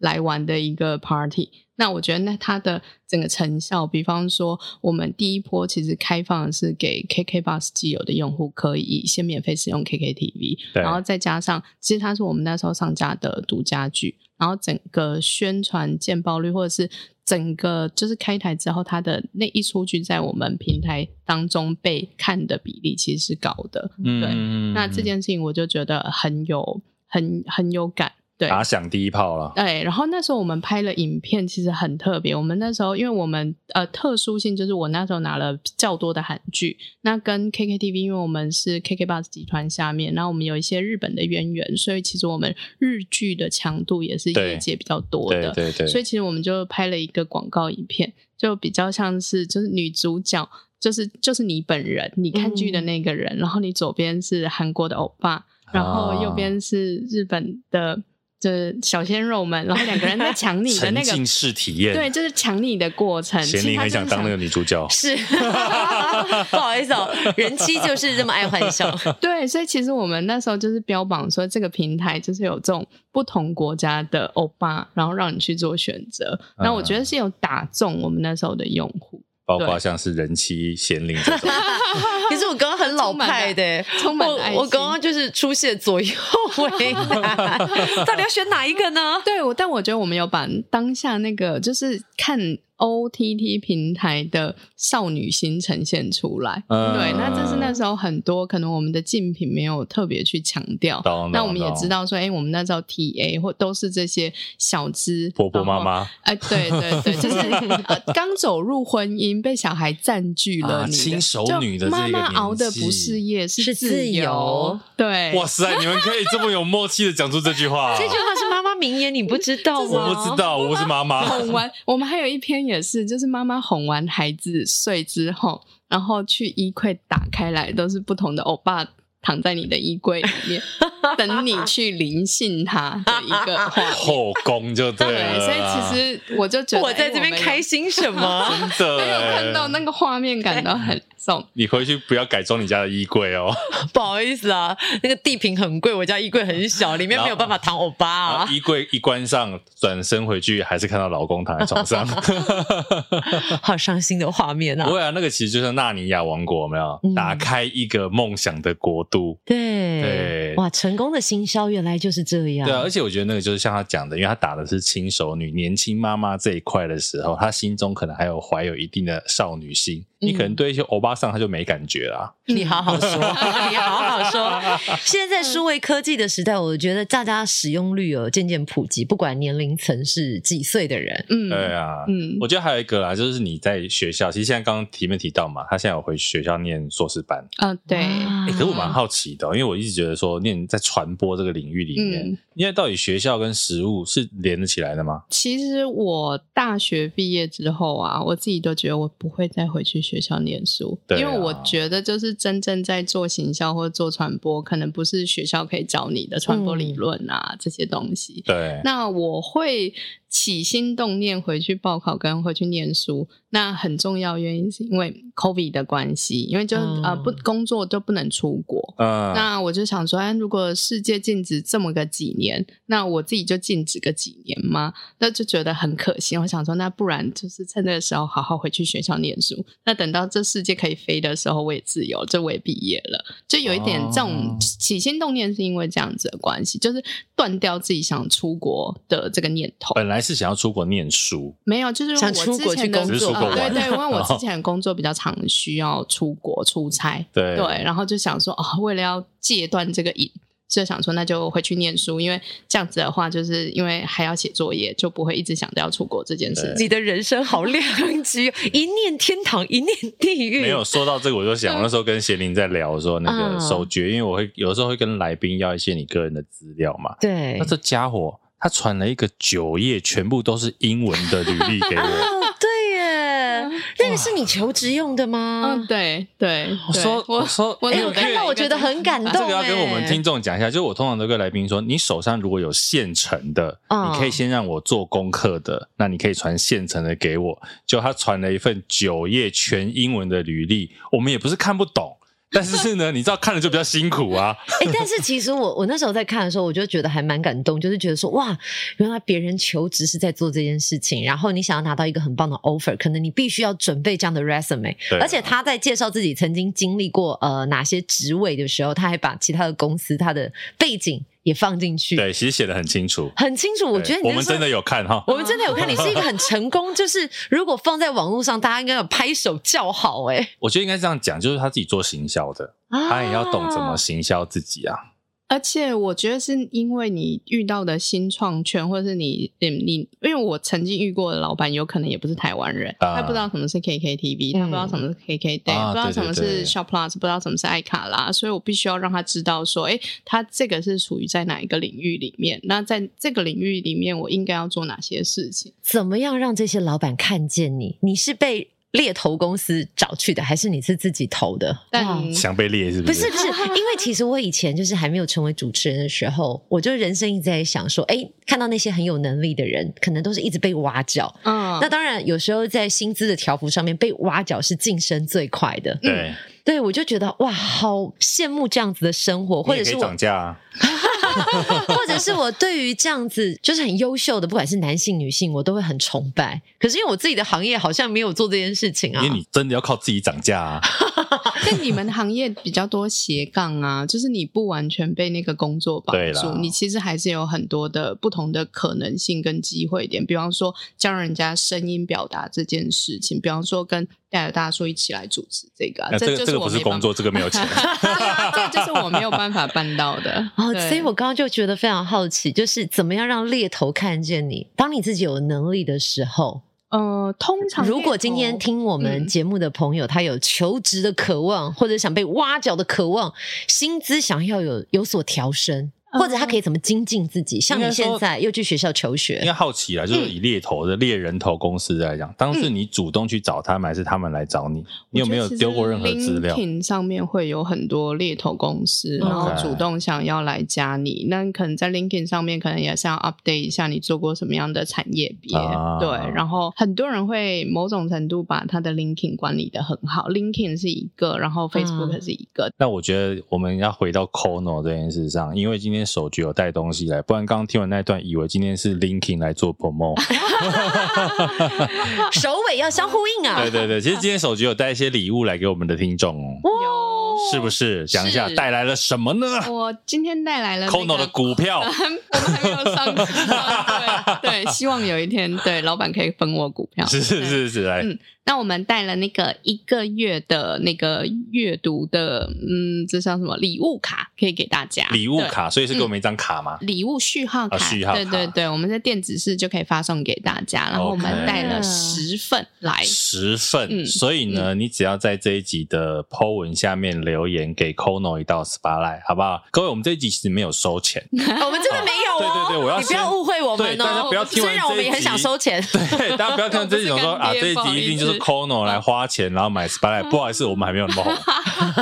E: 来玩的一个 party。那我觉得，那它的整个成效，比方说，我们第一波其实开放的是给 KK Bus 既有的用户可以先免费使用 KKTV，
B: 对
E: 然后再加上，其实它是我们那时候上架的独家剧，然后整个宣传见报率，或者是整个就是开台之后，它的那一出剧在我们平台当中被看的比例其实是高的。对，
B: 嗯
E: 那这件事情我就觉得很有很很有感。对，
B: 打响第一炮了，
E: 对，然后那时候我们拍了影片，其实很特别。我们那时候，因为我们呃特殊性就是我那时候拿了较多的韩剧，那跟 KKTV，因为我们是 KKBox 集团下面，然后我们有一些日本的渊源，所以其实我们日剧的强度也是
B: 对
E: 业界比较多
B: 对
E: 的。
B: 对对，
E: 所以其实我们就拍了一个广告影片，就比较像是就是女主角。就是就是你本人，你看剧的那个人，然后你左边是韩国的欧巴，然后
B: 啊
E: 右边是日本的就是小鲜肉们，然后两个人在抢你的
B: 沉
E: 那个
B: 浸式体验，
E: 对，就是抢你的过程。
B: 咸宁很想当那个女主角，
C: 是，不好意思哦，人妻就是这么爱幻想。
E: 对，所以其实我们那时候就是标榜说，这个平台就是有这种不同国家的欧巴，然后让你去做选择。那
B: 嗯
E: 我觉得是有打中我们那时候的用户，
B: 包括像是人妻咸宁这 种，
C: 可是我刚刚很老派的、
E: 充满爱
C: 我我
E: 心
C: 刚刚就是出现左右为难，到底要选哪一个呢？
E: 对，我但我觉得我们有把当下那个就是看 OTT 平台的少女心呈现出来。
B: 嗯
E: 对，那这是那时候很多可能我们的竞品没有特别去强调
B: 懂懂，
E: 那我们也知道说，哎、我们那时候 TA 或都是这些小资
B: 婆婆妈，
E: 然后
B: 妈
E: 哎、对对对， 就是呃刚走入婚姻，被小孩占据了
B: 啊
E: 你的
B: 轻熟女的
E: 就
B: 这个
E: 妈妈
B: 年
E: 熬的不
B: 纪
E: 是夜，是
C: 是自
E: 自
C: 由
E: 由，对，
B: 哇塞，你们可以这么有默契的讲出这句话，
C: 这句话是妈妈名言，你不知道吗？
B: 我不知。道，我是妈妈，
E: 哄完， 我们还有一篇也是，就是妈妈哄完孩子睡之后，然后去衣柜打开来，都是不同的欧巴躺在你的衣柜里 面，等你去灵性他的一个画 面。
B: 后宫就对了啦，
E: 所以其实我就觉得
C: 啊我在这边开。心什么？
B: 真的
E: 哎我们有没有
B: 欸
E: 看到那个画面，感到很重。
B: 你回去不要改装你家的衣柜哦，
C: 不好意思啊，那个地坪很贵，我家衣柜很小，里面没有办法躺欧巴
B: 然
C: 啊
B: 后，衣柜一关上，转身回去还是看到老公躺在床 上。
C: 好伤心的画面啊
B: 不！会啊，那个其实就像纳尼亚王国，有没有、
C: 嗯
B: 打开一个梦想的国度？对
C: 对，哇，成功的行销原来就是这样。
B: 对啊，而且我觉得那个就是像他讲的，因为他打的是轻熟女、年轻妈妈这一块的时候，他心中可能还有怀有一定的少女心。
E: 嗯
B: 你可能对一些欧巴桑他就没感觉啦。
C: 你好好说，你好好说。现在在数位科技的时代，我觉得大家使用率有渐渐普及，不管年龄层是几岁的人，
E: 嗯，
B: 对啊，
E: 嗯
B: 我觉得还有一个啦，就是你在学校，其实现在刚刚题面提到嘛，他现在有回学校念硕士班。
E: 嗯、对，
C: 哇
B: 欸可是我蛮好奇的哦、因为我一直觉得说念在传播这个领域里面，
E: 嗯
B: 因为到底学校跟实务是连得起来的吗？
E: 其实我大学毕业之后啊，我自己都觉得我不会再回去学校念书，
B: 对啊
E: 因为我觉得就是真正在做行销或做传播，可能不是学校可以教你的传播理论啊、这些东西。
B: 对，
E: 那我会起心动念回去报考跟回去念书，那很重要原因是因为 COVID 的关系，因为就、
C: 嗯
E: 呃不工作就不能出国，
B: 嗯，
E: 那我就想说，哎，如果世界禁止这么个几年，那我自己就禁止个几年嘛，那就觉得很可惜。我想说，那不然就是趁这个时候好好回去学校念书。那等到这世界可以飞的时候，我也自由，这我也毕业了，就有一点这
B: 哦
E: 种起心动念是因为这样子的关系，就是断掉自己想出国的这个念头。
B: 本来是想要出国念书，
E: 没有，就是
C: 想
E: 我
C: 出
E: 之
C: 国去
E: 前的
C: 工
B: 作
E: 呃对对，因为我
B: 哦
E: 之前的工作比较常需要出国出差，
B: 对
E: 对，然后就想说哦，为了要戒断这个瘾，就想说那就回去念书，因为这样子的话，就是因为还要写作业，就不会一直想着要出国这件事情。
C: 你的人生好 两极，一念天堂，一念地 狱。
B: 没有说到这个，我就想，我那时候跟贤玲在聊说那个
C: 嗯
B: 手诀，因为我会有时候会跟来宾要一些你个人的资料嘛。
C: 对
B: 那，这家伙他传 了一个九页，全部都是英文的履历给我。
C: 哦，对耶，那个是你求职用的吗？
E: 嗯，对对，
B: 我
E: 对
B: 说
E: 我
B: 我说
E: 我
B: 哎
E: 有
B: 我
E: 看
B: 看
E: 到
C: 到我
E: 一个
C: 觉得
E: 这样
C: 很感
E: 子
C: 动
B: 这个要跟我们
C: 欸
B: 听众讲一下，就是我通常都跟来宾说，你手上如果有现成的，
C: 嗯
B: 你可以先让我做功课的，那你可以传现成的给我。就他传了一份九页全英文的履历，我们也不是看不懂，但是呢，你知道看了就比较辛苦啊。
C: 哎、但是其实我我那时候在看的时候，我就觉得还蛮感动，就是觉得说哇，原来别人求职是在做这件事情，然后你想要拿到一个很棒的 offer，可能你必须要准备这样的 resume，、
B: 对啊
C: 而且他在介绍自己曾经经历过呃哪些职位的时候，他还把其他的公司他的背景也放进去，
B: 对，其实写的很清楚。
C: 很清楚。我
B: 对
C: 觉得你
B: 我们
C: 那时候
B: 真的有看哈，
C: 我们真的有看，你是一个很成功，就是如果放在网络上，大家应该有拍手叫好、哎、
B: 我觉得应该这样讲，就是他自己做行销的，
C: 啊
B: 他也要懂怎么行销自己啊。
E: 而且我觉得是因为你遇到的新创圈，或者是你嗯你，因为我曾经遇过的老板，有可能也不是台湾人，
B: 啊
E: 他不知道什么是 KKTV，、
C: 嗯
E: 他不知道什么是 KKday，、
B: 啊
E: 不知道
B: 对对
E: 什么
B: 对
E: 是 Shoplus，不知道什么是爱卡拉，所以我必须要让他知道说，哎、他这个是属于在哪一个领域里面，那在这个领域里面，我应该要做哪些事情。
C: 怎么样让这些老板看见你？你是被猎头公司找去的，还是你是自己投的？
E: 但
C: 哇
B: 想被列是
C: 不
B: 是
C: 是？不是，因为其实我以前就是还没有成为主持人的时候，我就人生一直在想说，哎，看到那些很有能力的人，可能都是一直被挖角。
E: 嗯，
C: 那当然，有时候在薪资的条幅上面被挖角是晋升最快的。
B: 对，
C: 对我就觉得哇，好羡慕这样子的生活，或
B: 你也
C: 者
B: 可以
C: 是我
B: 涨价啊。
C: 或者是我对于这样子就是很优秀的，不管是男性女性，我都会很崇拜。可是因为我自己的行业好像没有做这件事情啊
B: 因为，你真的要靠自己涨价啊。
E: 但你们行业比较多斜杠啊， 就是你不完全被那个工作绑
B: 对啦
E: 住，你其实还是有很多的不同的可能性跟机会点。比方说教人家声音表达这件事情，比方说跟戴尔大叔一起来主持这个、啊，
B: 那这
E: 就
B: 个
E: 是
B: 这个
E: 我
B: 不
E: 没
B: 是
E: 办
B: 工作，这个没有钱。
E: 法，对啊 这个就是我没有办法办到的。
C: 哦，
E: 对
C: 所以我刚刚就觉得非常好奇，就是怎么样让猎头看见你？当你自己有能力的时候，
E: 呃，通常
C: 如果今天
E: 猎头
C: 听我们
E: 嗯
C: 节目的朋友，他有求职的渴望，或者想被挖角的渴望，薪资想要有有所调升，
E: 嗯
C: 或者他可以怎么精进自己？ 像你
B: 应该说
C: 现在又去学校求
B: 应该
C: 学，嗯
B: 好奇啦，就是以猎头的猎人头公司来讲，当时你主动去找他们，还是他们来找你？你有没有丢过任何资料？
E: ？LinkedIn 上面会有很多猎头公司，
C: OK
E: 然后主动想要来加你。那你可能在 LinkedIn 上面，可能也是要 update 一下你做过什么样的产业别，
B: 啊
E: 对。然后很多人会某种程度把他的 LinkedIn 管理的很好，LinkedIn 是一个，然后 Facebook 是一个。
B: 那我觉得我们要回到 Kono 这件事上，因为今天手局有带东西来，不然刚刚听完那段，以为今天是 Linkin 来做 promo。
C: 首尾要相呼应啊
B: 对。对对，其实今天手局有带一些礼物来给我们的听众哦，
E: 有
B: 是不是？讲一下
E: 是
B: 带来了什么呢
E: 我今天带来了那个
B: ？Kono 的股票
E: 我们还没有上市啊，对对，希望有一天对老板可以分我股 票。
B: 是是
E: 对
B: 是是，来
E: 嗯那我们带了那个一个月的那个阅读的，嗯，这叫什么礼物卡，可以给大家
B: 礼物。
E: 对嗯
B: 卡，所以是给我们一张卡吗？
E: 礼物序号卡，
B: 啊序号卡
E: 对对对，我们在电子市就可以发送给大家，然后我们
B: OK
E: 带了十份来，
B: 十份，
E: 嗯
B: 所以呢，你只要在这一集的 Po 文下面留言给 Kono 一道 spotlight，好不好？各位，我们这一集其实没有收钱，
C: 我们真的没有哦，
B: 对对对我要
C: 你不要
B: 先
C: 误会我
B: 对，
C: 们
B: 大家
C: 哦。
B: 不要听完
C: 虽然我
B: 这
C: 们也
B: 一
C: 很
B: 集
C: 想收钱，
B: 对，大家不要看这一种说啊，
E: 我不
B: 这
E: 是
B: 一
E: 干爹
B: 集一定就是
E: 不
B: Kono 来花钱，然后买 spotlight，不好意思，我们还没有那么红。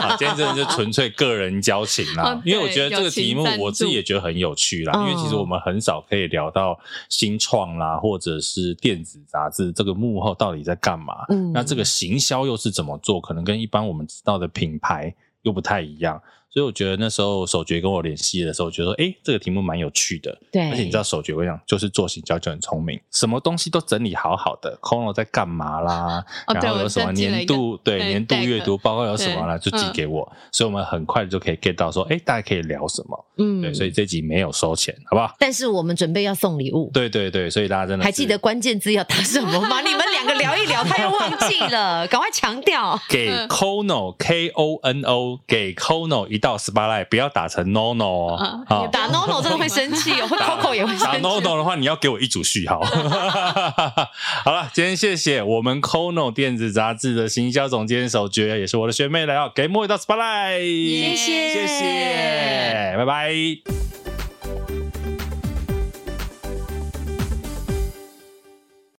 B: 啊，今天真的就纯粹个人交情啦
E: 哦，对
B: 因为我觉得这个题目
E: 友情赞助
B: 我自己也觉得很有趣啦，因
C: 嗯
B: 为其实我们很少可以聊到新创啦，或者是电子杂志这个幕后到底在干嘛。
C: 嗯
B: 那这个行销又是怎么做？可能跟一般我们知道的品牌又不太一样，所以我觉得那时候手爵跟我联系的时候，我觉得说，哎、这个题目蛮有趣的。
C: 对，
B: 而且你
E: 哎
B: 知道手爵我讲就是做行销就很聪明，什么东西都整理好好的，Kono 在干嘛啦，
E: 哦对
B: 然后有
E: 我
B: 什么
E: 设计了
B: 年
E: 一个
B: 度对
E: 对
B: 年度
E: deck
B: 阅读报告有什么啦，就
E: 对嗯
B: 寄给我，所以我们很快就可以 get 到说，哎、大家可以聊什么？
C: 嗯
B: 对，所以这集没有收钱，好不好？
C: 但是我们准备要送礼物，
B: 对对对，所以大家真的
C: 还
B: 是
C: 记得关键字要打什么吗？你们两个聊一聊，他又忘记了，赶快强调。
B: 给
E: 嗯
B: Kono K O N O 给 Kono 一道 spotlight，不要打成 No No 哦
E: 啊，
B: 好
C: 打 no no 真的会生气哦，会 Coco 也会
B: 打
C: 生
B: no
C: 气。
B: no 的话，你要给我一组序号。 好了，今天谢谢我们 Kono 电子杂志的行销总监手诀，也是我的学妹来哦，给莫一道 spotlight，
E: 耶
B: 谢谢，拜拜。